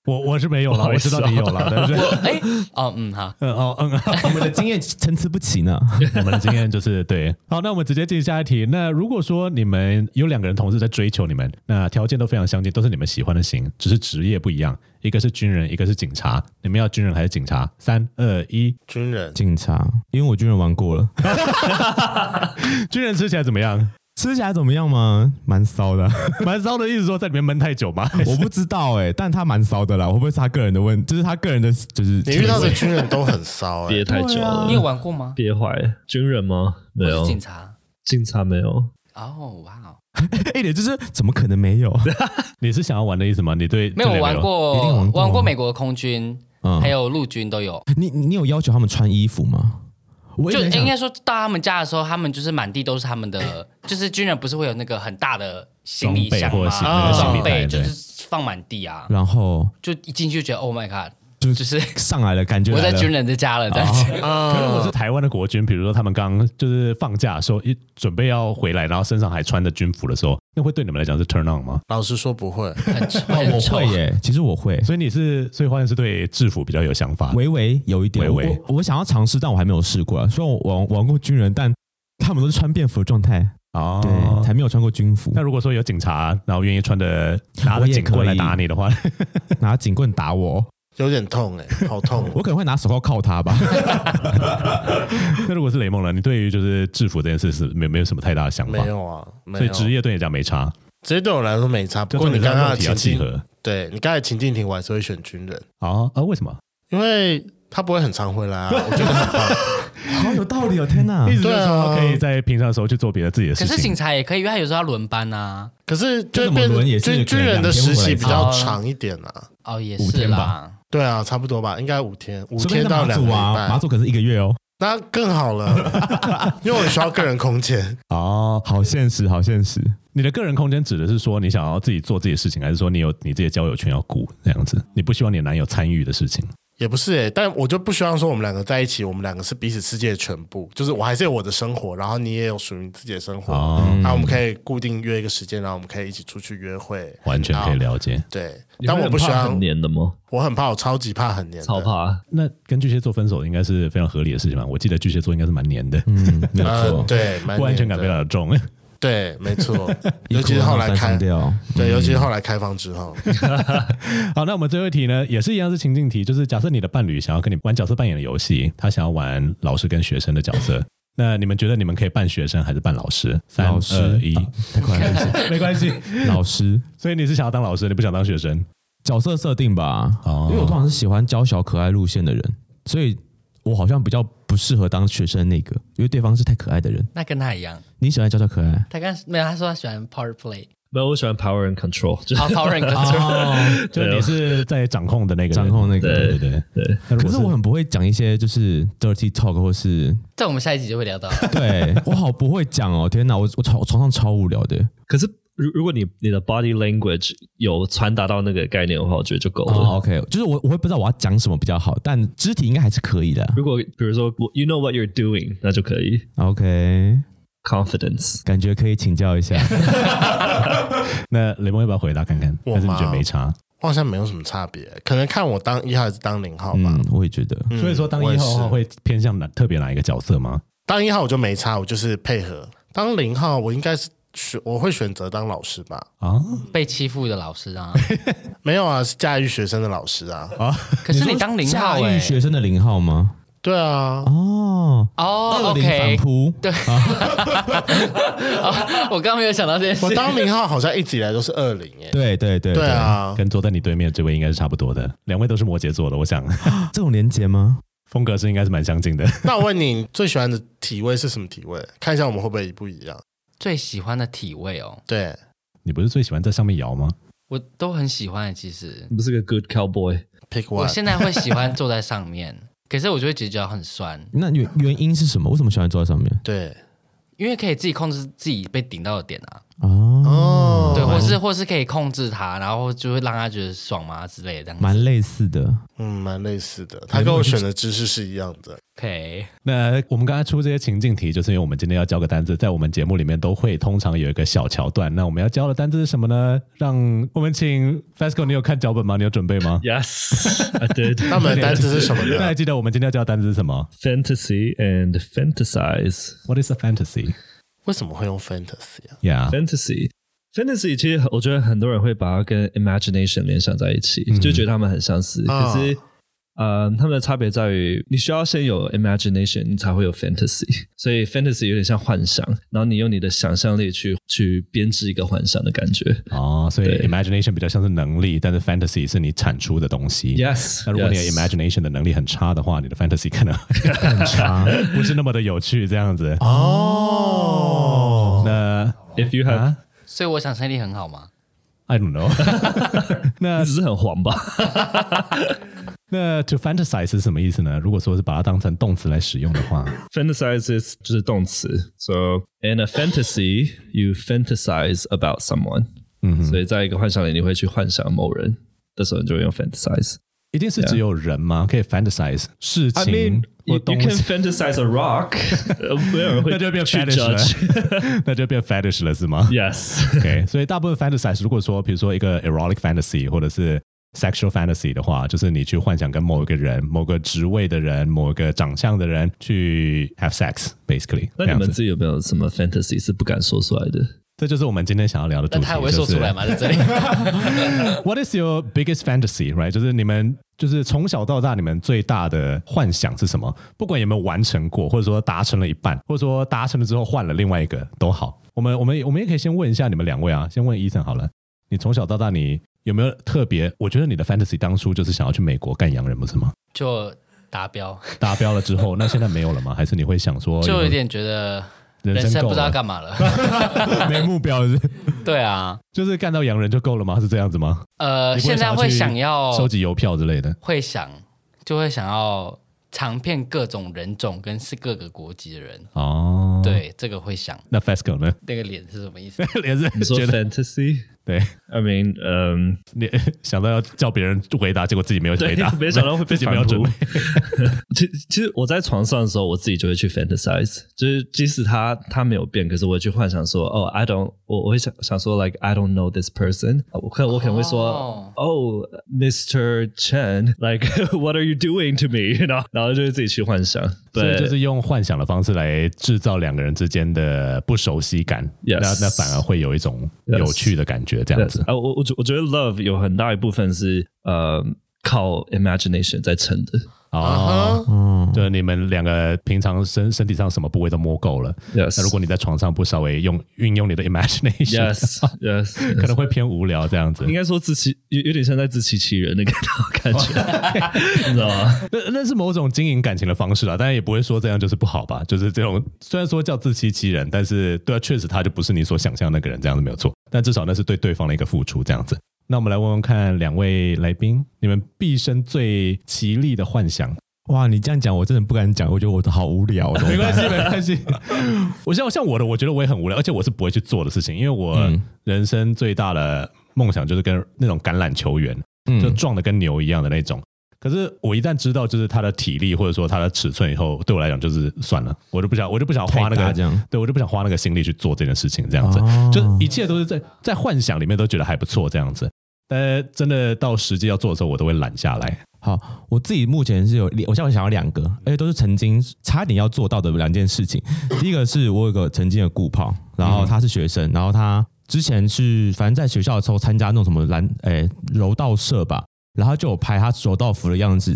S3: 我我是没有了，
S5: 不好
S3: 我
S5: 意思
S3: 知
S5: 啊
S3: 道你有了， 但是。
S2: 哎哦嗯好，
S3: 嗯哦嗯，
S4: 我们的经验参差不齐呢。
S3: 我们的经验就是对。好，那我们直接进下一题。那如果说你们有两个人同时在追求你们，那条件都非常相近，都是你们喜欢的型，只是职业不一样，一个是军人，一个是警察。你们要军人还是警察？三二一，
S1: 军人
S4: 警察，因为我军人玩过了，
S3: 军人吃起来怎么样？
S4: 吃起来怎么样吗？蛮骚的，
S3: 蛮骚的意思说在里面闷太久吗？
S4: 我不知道哎、但它蛮骚的啦。会不会是他个人的问？就是他个人的，就是
S1: 你遇到的 军人都很骚哎、
S5: 憋太久了，
S2: 你有玩过吗？
S5: 憋坏军人吗？没
S2: 我
S5: 有
S2: 是，警察。
S5: 警察没有，
S2: 哦，哇哦，
S4: 一点哎就是怎么可能没有？
S3: 你是想要玩的意思吗？你对
S2: 没有我
S3: 这两个
S2: 玩
S3: 人
S2: 过，
S4: 一定玩过
S2: 我玩过美国的空军，
S4: 嗯
S2: 还有陆军都有。
S4: 你你你有要求他们穿衣服吗？我也
S2: 就
S4: 在想
S2: 应该说到他们家的时候，他们就是满地都是他们的，就是军人不是会有那个很大的行李箱
S3: 装备或者是
S1: 那
S2: 吗？
S1: 个行李
S2: 装备
S3: 袋
S2: 就
S3: 对
S2: 是放满地啊，
S4: 然后
S2: 就一进去就觉得 Oh my God，
S4: 就
S2: 就是
S4: 上来了，哦感觉
S2: 我在
S4: 来了
S2: 军人的家了 这样子。
S1: 啊
S3: 可能我是台湾的国军，比如说他们刚就是放假的时候，一准备要回来，然后身上还穿着军服的时候，那会对你们来讲是 turn on 吗？
S1: 老实说不会，
S2: 很臭，
S4: 哦，
S2: 很
S4: 我
S2: 臭
S4: 会耶，其实我会，
S3: 所以你是，所以花莲是对制服比较有想法。
S4: 微微有一点，
S3: 微微
S4: 我我想要尝试，但我还没有试过啊。虽然我玩玩过军人，但他们都是穿便服的状态，
S3: 哦
S4: 对，还没有穿过军服
S3: 那，如果说有警察，然后愿意穿着拿着警
S4: 我
S3: 棍
S4: 也可以
S3: 来打你的话，
S4: 拿警棍打我，
S1: 有点痛哎、好痛哦、
S4: 我可能会拿手铐铐他吧。
S3: 那如果是雷蒙呢？你对于就是制服这件事是没没有什么太大的想
S1: 没
S3: 法，
S1: 有啊，没
S3: 所以
S1: 有。
S3: 职业对你来讲没差。
S1: 职业对我来说没差，不过
S3: 就
S1: 你
S3: 是
S1: 刚刚的
S3: 肉体要
S1: 情
S3: 契
S1: 境，
S3: 合
S1: 对你刚才情境题，我还是会选军人，
S3: 啊啊？为什么？
S1: 因为他不会很常回来 啊，我觉得很棒。
S4: 好有道理哦，天 哪
S3: 意思就
S1: 对
S3: 是
S1: 啊
S3: 说可以在平常的时候去做别的自己的
S2: 可
S3: 事
S2: 是警
S3: 情。
S2: 察也可以，因为他有时候要轮班啊。
S1: 可是就
S4: 这
S1: 变
S4: 怎么轮也是可能
S1: 军军人的
S4: 两天
S1: 实
S4: 回来
S1: 习
S4: 一
S1: 比
S4: 次
S1: 较长一点啊，
S2: 哦，也
S4: 五
S2: 是
S4: 天
S2: 啦
S4: 吧。
S1: 对啊，差不多吧，应该五天，五
S4: 说不定
S1: 天
S4: 在
S1: 到
S4: 马
S1: 两个
S4: 祖
S1: 礼
S4: 啊，马
S1: 拜，
S4: 祖可是一个月哦，
S1: 那更好了， 因为我需要个人空间。
S4: 哦，好现实，好现实。
S3: 你的个人空间指的是说你想要自己做自己的事情，还是说你有你自己的交友圈要顾这样子？你不希望你的男友参与的事情？
S1: 也不是诶、欸但我就不希望说我们两个在一起，我们两个是彼此世界的全部，就是我还是有我的生活，然后你也有属于你自己的生活，
S3: 哦
S1: 然后我们可以固定约一个时间，然后我们可以一起出去约会，
S3: 完全可以
S1: 然后。
S3: 了解。
S1: 对，
S5: 你
S1: 但
S5: 会
S1: 我
S5: 很
S1: 不
S5: 怕
S1: 喜欢
S5: 很，黏的吗？
S1: 我很怕，我超级怕很黏的，
S5: 超怕，
S3: 那跟巨蟹座分手应该是非常合理的事情吧？我记得巨蟹座应该是蛮黏的，
S4: 嗯，没有
S1: 呃
S4: 错，，
S1: 对，蛮
S3: 不安全
S1: 黏
S3: 感
S1: 的
S3: 非常的重。
S1: 对，没错，
S4: 一
S1: 尤其是
S4: 哭
S1: 后
S4: 二
S1: 来
S4: 闹三
S1: 开
S4: 上，吊，嗯
S1: 对，尤其是后来开放之后，
S3: 好，那我们最后一题呢，也是一样是情境题，就是假设你的伴侣想要跟你玩角色扮演的游戏，他想要玩老师跟学生的角 色，那你们觉得你们可以扮学生还是扮老师？三
S4: 老师啊
S3: 二一，
S4: 太快了，
S3: 没关系。
S4: 老师
S3: 所以你是想要当老师，你不想当学生？
S4: 角色设定吧，
S3: 哦
S4: 因为我通常是喜欢娇小可爱路线的人，所以我好像比较不适合当学生那个，因为对方是太可爱的人。
S2: 那跟他一样，
S4: 你喜欢娇小可爱？
S2: 他刚没有，他说他喜欢 power play，
S5: 没有，我喜欢 power and control，就是
S2: 好 power and control。
S4: 哦，
S3: 就你是在掌控的那个人
S4: 掌控那个。
S3: 对对对。
S5: 对，
S3: 那如
S4: 可
S3: 果
S4: 是我很不会讲一些就是 dirty talk 或是
S2: 这我们下一集就会 聊到。
S4: 对我好不会讲哦，天哪，我我床床上超无聊的
S5: 可是。如如果你你的 body language 有传达到那个概念的话，我觉得就够了。
S4: 哦，OK，就是我我会不知道我要讲什么比较好，但肢体应该还是可以的
S5: 如果比如说我 you know what you're doing，那就可以
S4: ，OK，
S5: confidence。
S4: 感觉可以请教一 下，
S3: 那雷蒙要不要回答看看？
S1: 我吗
S3: 还是你觉得没差？
S1: 我好像没有什么差别，可能看我当一号还是当零号吧
S4: 嗯。，我也觉得，
S1: 嗯
S3: 所以说当
S1: 我
S3: 一
S1: 也
S3: 号的话
S1: 是
S3: 会偏向哪特别哪一个角色吗？
S1: 当一号我就没差，我就是配合。当零号我应该是选，我会选择当老师吧？
S3: 啊，
S2: 被欺负的老师 啊，
S1: 没有啊，是驾驭学生的老师啊。
S4: 哦
S2: 可是你当零号
S4: 驾驭
S2: 哎、
S4: 学生的零号吗？
S1: 对啊，
S4: 哦，
S2: 哦
S4: 二零反
S2: ，OK，
S4: 扑，
S2: 对，我刚刚没有想到这件
S1: 我
S2: 事。
S1: 当零号好像一直以来都是二零耶。
S4: 对对对
S1: 对，啊，
S3: 跟坐在你对面的这位应该是差不多的，两位都是摩羯座的，我想
S4: 啊这种连结吗？
S3: 风格是应该是蛮相近的。
S1: 那我问你，你最喜欢的体位是什么体位？看一下我们会不会不一样。
S2: 最喜欢的体位哦，
S1: 对，
S3: 你不是最喜欢在上面摇吗？
S2: 我都很喜欢。其实
S5: 你不是个 good cowboy，
S1: pick
S2: 我
S1: one。
S2: 现在会喜欢坐在上面，可是我就会觉得脚很酸，
S4: 那原原因是什么？为什么喜欢坐在上面
S1: 对，
S2: 因为可以自己控制自己被顶到的点啊，
S4: 哦，
S2: 对，
S1: 哦
S2: 或是或是可以控制它，然后就会让他觉得爽嘛之类的这样子。
S4: 蛮类似的。
S1: 嗯，蛮类似的。他跟我选的姿势是一样的。
S2: OK，
S3: 那我们刚才出这些情境题，就是因为我们今天要教个单字，在我们节目里面都会通常有一个小桥段。那我们要教的单字是什么呢？让我们请 Fasco，你有看脚本吗？你有准备 吗？
S5: Yes, I did.
S1: 那我们的单词是什 么
S3: 那还
S1: 呢？
S3: 记得我们今天要教的单字是什么
S5: Fantasy and fantasize.
S3: ？What is a fantasy?
S1: 为什么会用 fantasy 啊？
S3: Yeah，
S5: Fantasy, fantasy，其实我觉得很多人会把它跟 imagination 联想在一起，就觉得它们很相似。
S1: 啊
S5: 可是呃，他们的差别在于，你需要先有 imagination，你才会有 fantasy。所以 fantasy 有点像幻想，然后你用你的想象力去去编织一个幻想的感觉。
S3: 哦，所以
S5: 对
S3: imagination 比较像是能力，但是 fantasy 是你产出的东西。
S5: Yes，
S3: 那如果你的
S5: yes
S3: imagination 的能力很差的话，你的 fantasy 可 能很差，不是那么的有趣这样子。
S5: 啊
S1: 哦，
S3: 那
S5: If you have，、
S2: 所以我想象力很好嘛。
S3: I don't know 那。
S5: 你只是很黄吧？
S3: 那 to fantasize 是什么意思呢？如果说是把它当成动词来使用的话，
S5: Fantasize is 就是动词，so in a fantasy you fantasize about someone，
S3: 嗯哼
S5: 所以在一个幻想里你会去幻想某人的时候，你就会用 fantasize。
S3: 一定是只有人吗？可以 fantasize 事
S5: I
S3: 情
S5: mean
S3: 或
S5: you, you
S3: 东
S5: can
S3: 西，
S5: fantasize a rock，呃 没有人 会
S3: 那就变
S5: 去
S3: fetish
S5: judge。
S3: 了，那就变 fetish 了是吗
S5: Yes，
S3: OK，所以大部分 fantasize 如果说比如说一个 erotic fantasy 或者是 sexual fantasy 的话，就是你去幻想跟某一个人、某个职位的人、某个长相的人去 have sex basically 这
S5: 那你
S3: 样
S5: 们
S3: 子。
S5: 自己有没有什么 fantasy 是不敢说出来的？
S3: 这就是我们今天想要聊的主
S2: 但
S3: 题。
S2: 他也会说
S3: 就是
S2: 出来嘛，在这 里。
S3: What is your biggest fantasy? Right，就是你们就是从小到大你们最大的幻想是什么？不管有没有完成过，或者说达成了一半，或者说达成了之后换了另外一个都好。我们我们我们也可以先问一下你们两位啊，先问伊森好了。你从小到大你有没有特别？我觉得你的 fantasy 当初就是想要去美国干洋人，不是吗？
S2: 就达标，
S3: 达标了之后，那现在没有了吗？还是你会想说
S2: 就有
S3: 有
S2: 一点觉得
S3: 人
S2: 人生
S3: 够
S2: 不知道
S3: 了
S2: 干嘛 了。
S3: 没目标是不是，
S2: 对啊，
S3: 就是干到洋人就够了吗？是这样子吗？
S2: 呃，
S3: 你不会
S2: 现在会想要
S3: 收集邮票之类的。
S2: 会想就会想要尝遍各种人种跟是各个国籍的人。
S3: 哦，，
S2: 对，这个会想。
S3: 那 FESCO 呢？
S2: 那个脸是什么意 思？
S3: 连是
S5: 你说
S3: 觉得
S5: fantasy？I
S3: 对，
S5: mean，嗯、
S3: 你想到要叫别人回答，结果自己没有回
S5: 对
S3: 答，，
S5: 没想到会被
S3: 自己没有
S5: 反
S3: 准
S5: 驳
S3: 备。
S5: 其其实我在床上的时候，我自己就会去 fantasize，就是即使他他没有变，可是我会去幻想说，哦，I don't，我我会想想说，like I don't know this person，我可我可能会说，
S2: 哦
S5: 哦、oh,，Mr. Chen，like what are you doing to me？然后 然后就会自己去幻想，
S3: 所以
S5: 对，
S3: 就是用幻想的方式来制造两个人之间的不熟悉感
S5: Yes
S3: 那那反而会有一种
S5: Yes
S3: 有趣的感觉，这样子。
S5: 啊，我我觉我觉得 love 有很大一部分是呃靠 imagination 在撑的
S3: 哦，就是你们两个平常身身体上什么部位都摸够了，
S5: ，yes，
S3: 那如果你在床上不稍微用运用你的 imagination，
S5: yes yes，
S3: 可能会偏无聊这样子
S5: 应。该说自欺，有有点像在自欺欺人的感感 觉，你知道吗？
S3: 那那是某种经营感情的方式啦，当然也不会说这样就是不好吧。就是这种虽然说叫自欺欺人，但是对啊，确实他就不是你所想象那个人，这样子没有错。但至少那是对对方的一个付出，这样子。那我们来问问看两位来宾，你们毕生最奇丽的幻想？
S4: 哇，你这样讲，我真的不敢讲，我觉得我好无聊。哦怎么 办
S3: 没关系，没关系。我像像我的，我觉得我也很无聊，而且我是不会去做的事情，因为我
S4: 嗯
S3: 人生最大的梦想就是跟那种橄榄球员就
S4: 嗯，
S3: 撞的跟牛一样的那种。可是我一旦知道就是他的体力或者说他的尺寸以后，对我来讲就是算了，我就不想，我就不想花那
S4: 太大
S3: 个
S4: 这样，
S3: 对我就不想花那个心力去做这件事情，这样子，
S4: 哦
S3: 就一切都是在在幻想里面都觉得还不错这样子，但真的到实际要做的时候，我都会懒下来。
S4: 好，我自己目前是有，我现在想要两个，而且都是曾经差点要做到的两件事情。第一个是我有个曾经的顾炮，然后他是学生，然后他之前是反正在学校的时候参加那种什么篮诶、柔道社吧，然后就有拍他柔道服的样子，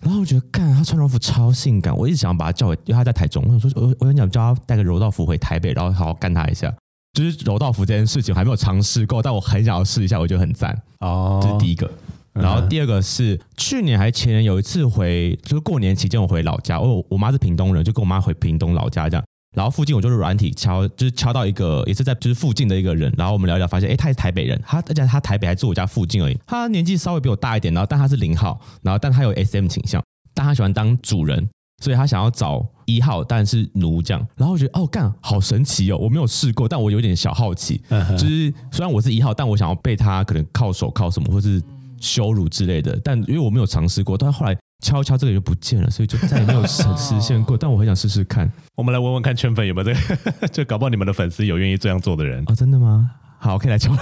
S4: 然后我觉得干他穿柔服超性感，我一直想把他叫回，因为他在台中，我想说我我很想叫他带个柔道服回台北，然后好好干他一下。就是柔道服这件事情我还没有尝试过，但我很想要试一下，我觉得很赞。
S3: 哦
S4: 这是第一个。然后第二个是去年还前年有一次回，就是过年期间我回老家，我我妈是屏东人，就跟我妈回屏东老家这样。然后附近我就是软体敲，就是敲到一个也是在就是附近的一个人，然后我们聊一聊，发现哎他也是台北人，他而且他台北还住我家附近而已，他年纪稍微比我大一点，然后但他是零号，然后但他有 SM 倾向，但他喜欢当主人，所以他想要找一号，但是奴这样。然后我觉得哦干好神奇哦，我没有试过，但我有点小好奇，就是虽然我是一号，但我想要被他可能靠手铐什么，或是羞辱之类的，但因为我没有尝试过，但后来敲一敲这个就不见了，所以就再也没有实实现过。但我很想试试看
S3: 我们来问问看圈粉有没有这个， 就搞不好你们的粉丝有愿意这样做的人。
S4: 哦，真的吗？好，可以来 敲。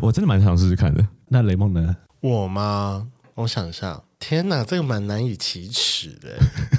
S4: 我真的蛮想试试看的。
S3: 那雷梦呢？
S1: 我吗？我想一下，天哪，这个蛮难以启齿的。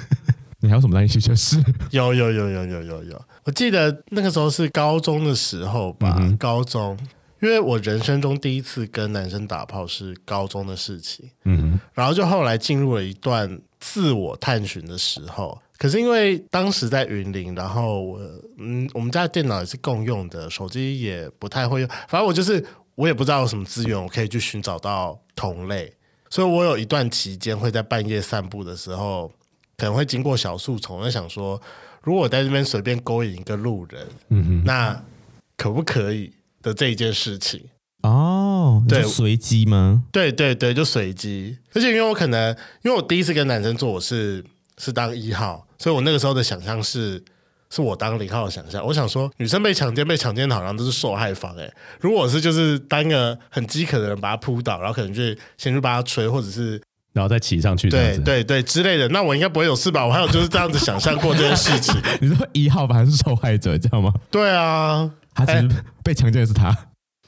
S4: 你还有什么担心就是？
S1: 有有有有有有有，我记得那个时候是高中的时候吧，高中。因为我人生中第一次跟男生打炮是高中的事情，嗯，然后就后来进入了一段自我探寻的时候。可是因为当时在云林，然后我嗯，我们家的电脑也是共用的，手机也不太会用，反正我就是我也不知道有什么资源，我可以去寻找到同类，所以我有一段期间会在半夜散步的时候，可能会经过小树丛，我就想说，如果我在这边随便勾引一个路人，
S3: 嗯
S1: 那可不可以的这一件事情？
S4: 哦，
S1: 对
S4: 你说随机吗？
S1: 对对对，就随机。而且因为我可能，因为我第一次跟男生做，我是是当一号，所以我那个时候的想象是，是我当零号的想象。我想说，女生被强奸，被强奸好像都是受害方哎、欸如果我是就是当一个很饥渴的人把他扑倒，然后可能去先去把他捶，或者是
S3: 然后再骑上去这样
S1: 对
S3: 子。
S1: 对对之类的，那我应该不会有事吧？我还有就是这样子想象过这件事情。
S4: 你说一号反正是受害者，知道吗？
S1: 对啊，
S4: 他只是被强奸的是他。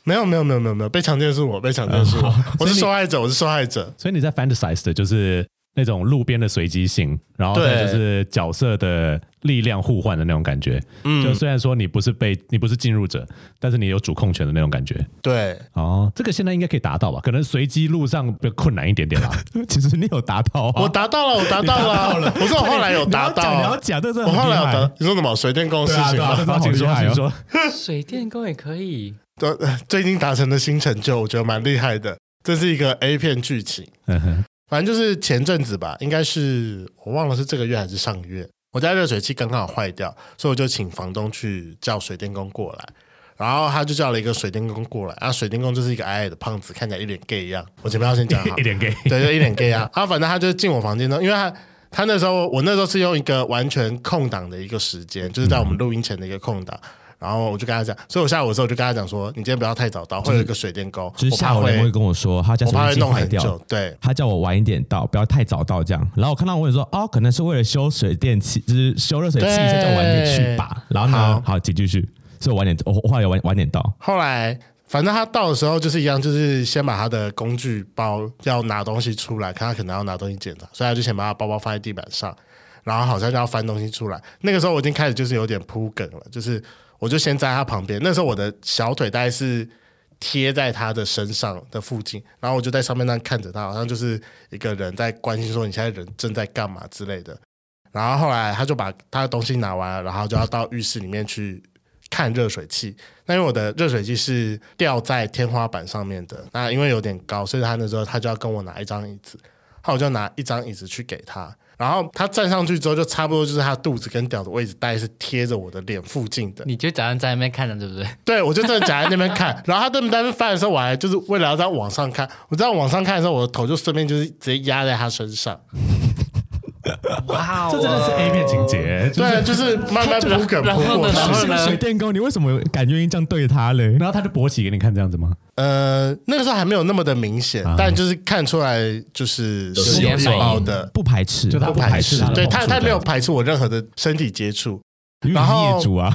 S1: 没有没有没有没有没有，被强奸的是我，被强奸的是
S4: 嗯
S1: 我， 我是
S3: 所以你
S1: 受害者，我是受害者。
S3: 所以你在 fantasize 的就是那种路边的随机性，然后再
S1: 对
S3: 就是角色的力量互换的那种感觉。嗯，就虽然说你不是被你不是进入者，但是你有主控权的那种感觉。
S1: 对，
S3: 哦，这个现在应该可以达到吧？可能随机路上比较困难一点点啦。
S4: 其实你有达到啊，
S1: 我 达到了，我达到了，不 是我后来有达到
S4: 你
S1: 啊，
S4: 要讲你要讲这真的
S1: 我
S4: 很
S1: 后来有
S4: 厉害
S1: 达，你说什么水电工的事情
S4: 对啊
S1: 吗？
S4: 对啊
S3: 请说，
S4: 好厉害
S3: 请
S4: 哦
S3: 说。
S2: 水电工也可以，
S1: 对，
S4: 啊
S1: 最近达成的新成就，我觉得蛮厉害的。这是一个 A 片剧情，
S3: 嗯哼，
S1: 反正就是前阵子吧，应该是我忘了是这个月还是上个月，我家热水器刚刚好坏掉，所以我就请房东去叫水电工过来。然后他就叫了一个水电工过来，啊，水电工就是一个矮矮的胖子，看起来一脸 gay 一样。我前面要先讲好
S3: 一点 gay。
S1: 对，就一脸 gay 啊。啊，反正他就进我房间中，因为他他那时候我那时候是用一个完全空档的一个时间，就是在我们录音前的一个空档。然后我就跟他讲，所以我下午的时候我就跟他讲说，你今天不要太早到，会有一个水电工，
S4: 就是
S1: 我怕
S4: 下午
S1: 会
S4: 人会跟我说，他家
S1: 我怕
S4: 手
S1: 会
S4: 机
S1: 弄
S4: 坏
S1: 很
S4: 掉
S1: 久，，对。
S4: 他叫我晚一点到，不要太早到这样。然后我看到我也说，哦，可能是为了修水电器，就是修热水器，
S1: 对
S4: 所以叫我晚点去吧。然后呢
S1: 好，
S4: 好，请继续。所以我晚点，我我后来晚晚点到，
S1: 后来反正他到的时候就是一样，就是先把他的工具包要拿东西出来，看他可能要拿东西检查，所以他就先把他包包放在地板上，然后好像就要翻东西出来。那个时候我已经开始就是有点铺梗了，就是我就先在他旁边，那时候我的小腿大概是。贴在他的身上的附近，然后我就在上面那样看着他，好像就是一个人在关心说你现在人正在干嘛之类的。然后后来他就把他的东西拿完了，然后就要到浴室里面去看热水器。那因为我的热水器是吊在天花板上面的，那因为有点高，所以他那时候他就要跟我拿一张椅子，那我就拿一张椅子去给他。然后他站上去之后，就差不多就是他肚子跟屌的位置，大概是贴着我的脸附近的。
S2: 你就早上在那边看着，对不对？
S1: 对，我就真的夹在那边看，然后他正在那边翻的时候，我还就是为了要在往上看，我在往上看的时候，我的头就顺便就是直接压在他身上，
S2: 哇哦，
S3: 这真的是 A 片情节，就是
S1: 对， 就是慢慢铺梗
S2: 然
S1: 铺
S2: 后
S1: 过
S2: 呢，然
S1: 去。
S2: 后
S4: 是个水
S2: 呢，
S4: 电工，你为什么敢愿意这样对他嘞？
S3: 然后他就勃起给你看这样子吗？
S1: 呃，那个时候还没有那么的明显，但就是看出来就是
S5: 是
S1: 有
S2: 啊有
S1: 礼
S2: 反
S1: 貌
S2: 应
S1: 的，
S4: 不排斥，
S3: 就他
S1: 不排斥
S3: 他的，
S1: 对
S3: 好
S1: 他
S3: 处
S1: 他没有
S3: 这
S1: 排斥我任何的身体接 触。
S4: 因为
S1: 然后
S4: 你业主啊，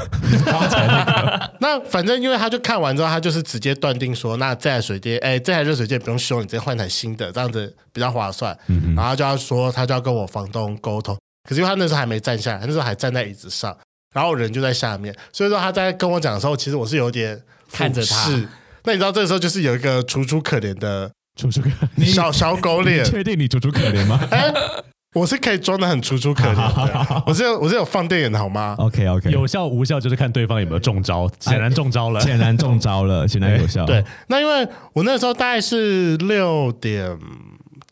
S1: 那反正因为他就看完之后，他就是直接断定说，那这台水电，哎，这台热水电不用修，你直接换台新的，这样子比较划算。
S2: 嗯
S3: 嗯
S4: 嗯
S1: 然后他就要说，他就要跟我房东沟通。可是因为他那时候还没站下来，他那时候还站在椅子上，然后人就在下面，所以说他在跟我讲的时候，其实我是有点
S2: 看着他
S1: 俯视。那你知道这个时候就是有一个楚楚可怜的
S4: 楚楚可怜，
S1: 小小狗脸
S4: 你，确定你楚楚可怜吗
S1: 哎，我是可以装的很楚楚可怜 的，我是有我是有放电影的好吗？
S4: ？OK OK，
S3: 有啊效无效就是看对方有没有中招，
S1: 哎
S3: 显然中 招了。
S4: 显然中招了，显然有效。
S1: 对，，那因为我那时候大概是六点，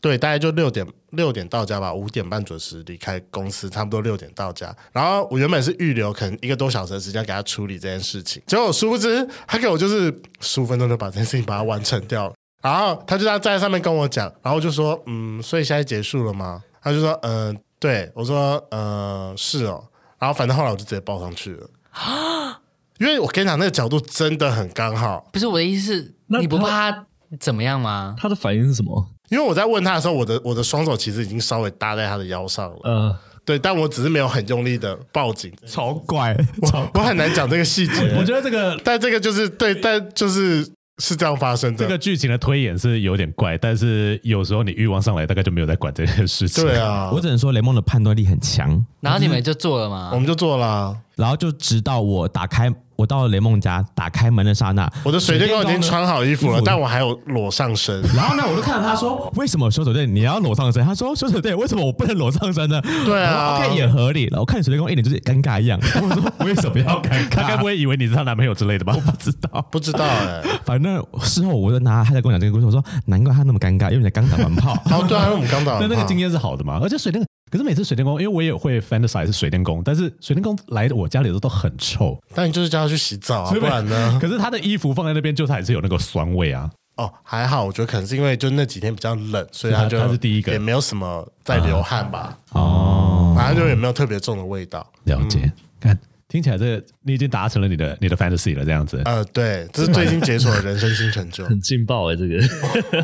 S1: 对，大概就六点六点到家吧，五点半准时离开公司，差不多六点到家。然后我原本是预留可能一个多小时的时间给他处理这件事情，结果殊不知他给我就是十五分钟就把这件事情把它完成掉了。然后他就这样站在上面跟我讲，然后我就说，嗯，所以现在结束了吗？他就说，嗯、对我说，嗯、是哦。然后反正后来我就直接报上去了，因为我跟你讲那个角度真的很刚好，
S2: 不是我的意思是，
S5: 那
S2: 你不
S5: 他
S2: 怕他怎么样吗？
S5: 他的反应是什么？
S1: 因为我在问他的时候，我的我的双手其实已经稍微搭在他的腰上了，
S5: 呃，，
S1: 对，但我只是没有很用力的抱 紧，
S4: 超怪，
S1: 我我很难讲这个细
S3: 我
S1: 节，
S3: 觉得这个
S1: 但这个就是对，但就是是这样发生的，
S3: 这个剧情的推演是有点怪，但是有时候你欲望上来，大概就没有在管这件事情。
S1: 对，啊
S4: 我，只能说雷蒙的判断力很强。
S2: 然后你们就做了
S1: 我
S2: 吗？
S1: 们就做了啊，
S4: 然后就直到我打开我到了雷梦家，打开门的刹那，
S1: 我的水电工已经
S4: 呢
S1: 穿好衣服了，
S4: 衣服
S1: 但我还有裸上身。
S4: 然后呢，我就看着他说：“为什么修手队你要裸上身？”他说：“修手队为什么我不能裸上身呢？”
S1: 对啊
S4: 我说，OK 也合理了。我看水电工一脸就是尴尬一样，我说：“为什么要尴尬？”
S3: 他该不会以为你是她男朋友之类的吧？
S4: 不知道？
S1: 不知道哎、
S4: 反正事后我就拿他在跟我讲这个故事，我说：“难怪他那么尴尬，因为你刚打完炮。
S1: 哦，对啊，因为我们刚到，
S3: 那那个
S1: 嗯
S3: 经验是好的嘛？而且水电，可是每次水电工，因为我也会 fantasize 水电工，但是水电工来我家里的时候都很臭，
S1: 但你就是叫他去洗澡啊，
S3: 所以
S1: 不然呢？
S3: 可是他的衣服放在那边，就是还是有那个酸味啊。
S1: 哦，还好，我觉得可能是因为就那几天比较冷，所以
S3: 他
S1: 他就
S3: 他是第一个
S1: 也没有什么在流汗吧，”
S4: 哦，
S1: 反正就也没有特别重的味道。
S3: 了解，嗯看听起来这你已经达成了你的你的 fantasy 了，这样子。
S1: 呃，对，这是最近解锁的人生新成就
S5: 很劲爆哎、这个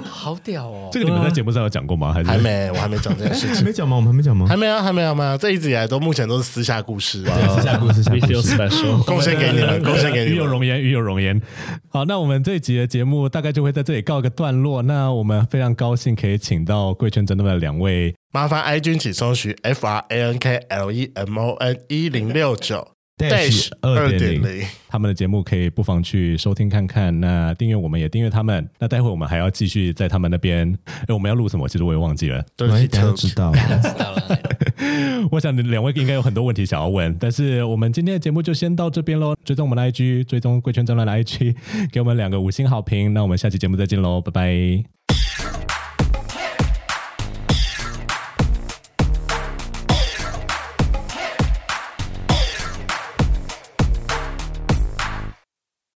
S2: 好屌哦！
S3: 这个你们在
S1: 啊
S3: 节目上有讲过吗？还是
S1: 还？没，我还没讲这件事
S4: 还
S1: 情，
S4: 没讲吗？我们还没讲吗？
S1: 还没啊，还没有吗？这一直以来都目前都是私下故事啊，
S4: 下故事，下故
S5: ，We
S4: 事
S5: feel special。
S1: 贡献给你们，贡献给
S3: 鱼
S1: 你
S3: 啊有
S1: 们。
S3: 容颜，鱼有容颜。好，那我们这一集的节目大概就会在这里告一个段落。那我们非常高兴可以请到贵圈真的们两位
S1: 麻烦 i 君请搜寻 f r a n k l e m o n 一零六九
S4: Dash
S1: 二
S4: 2.0
S1: 点零。
S3: 他们的节目可以不妨去收听看看。那订阅我们也订阅他们。那待会我们还要继续在他们那边，哎，我们要录什么？其实我也忘记了。
S1: 都是
S4: 大家都知道。
S2: 知道了，
S3: 我想你两位应该有很多问题想要问，但是我们今天的节目就先到这边喽。追踪我们的 IG，追踪贵圈争乱的 IG，给我们两个五星好评。那我们下期节目再见喽，拜拜。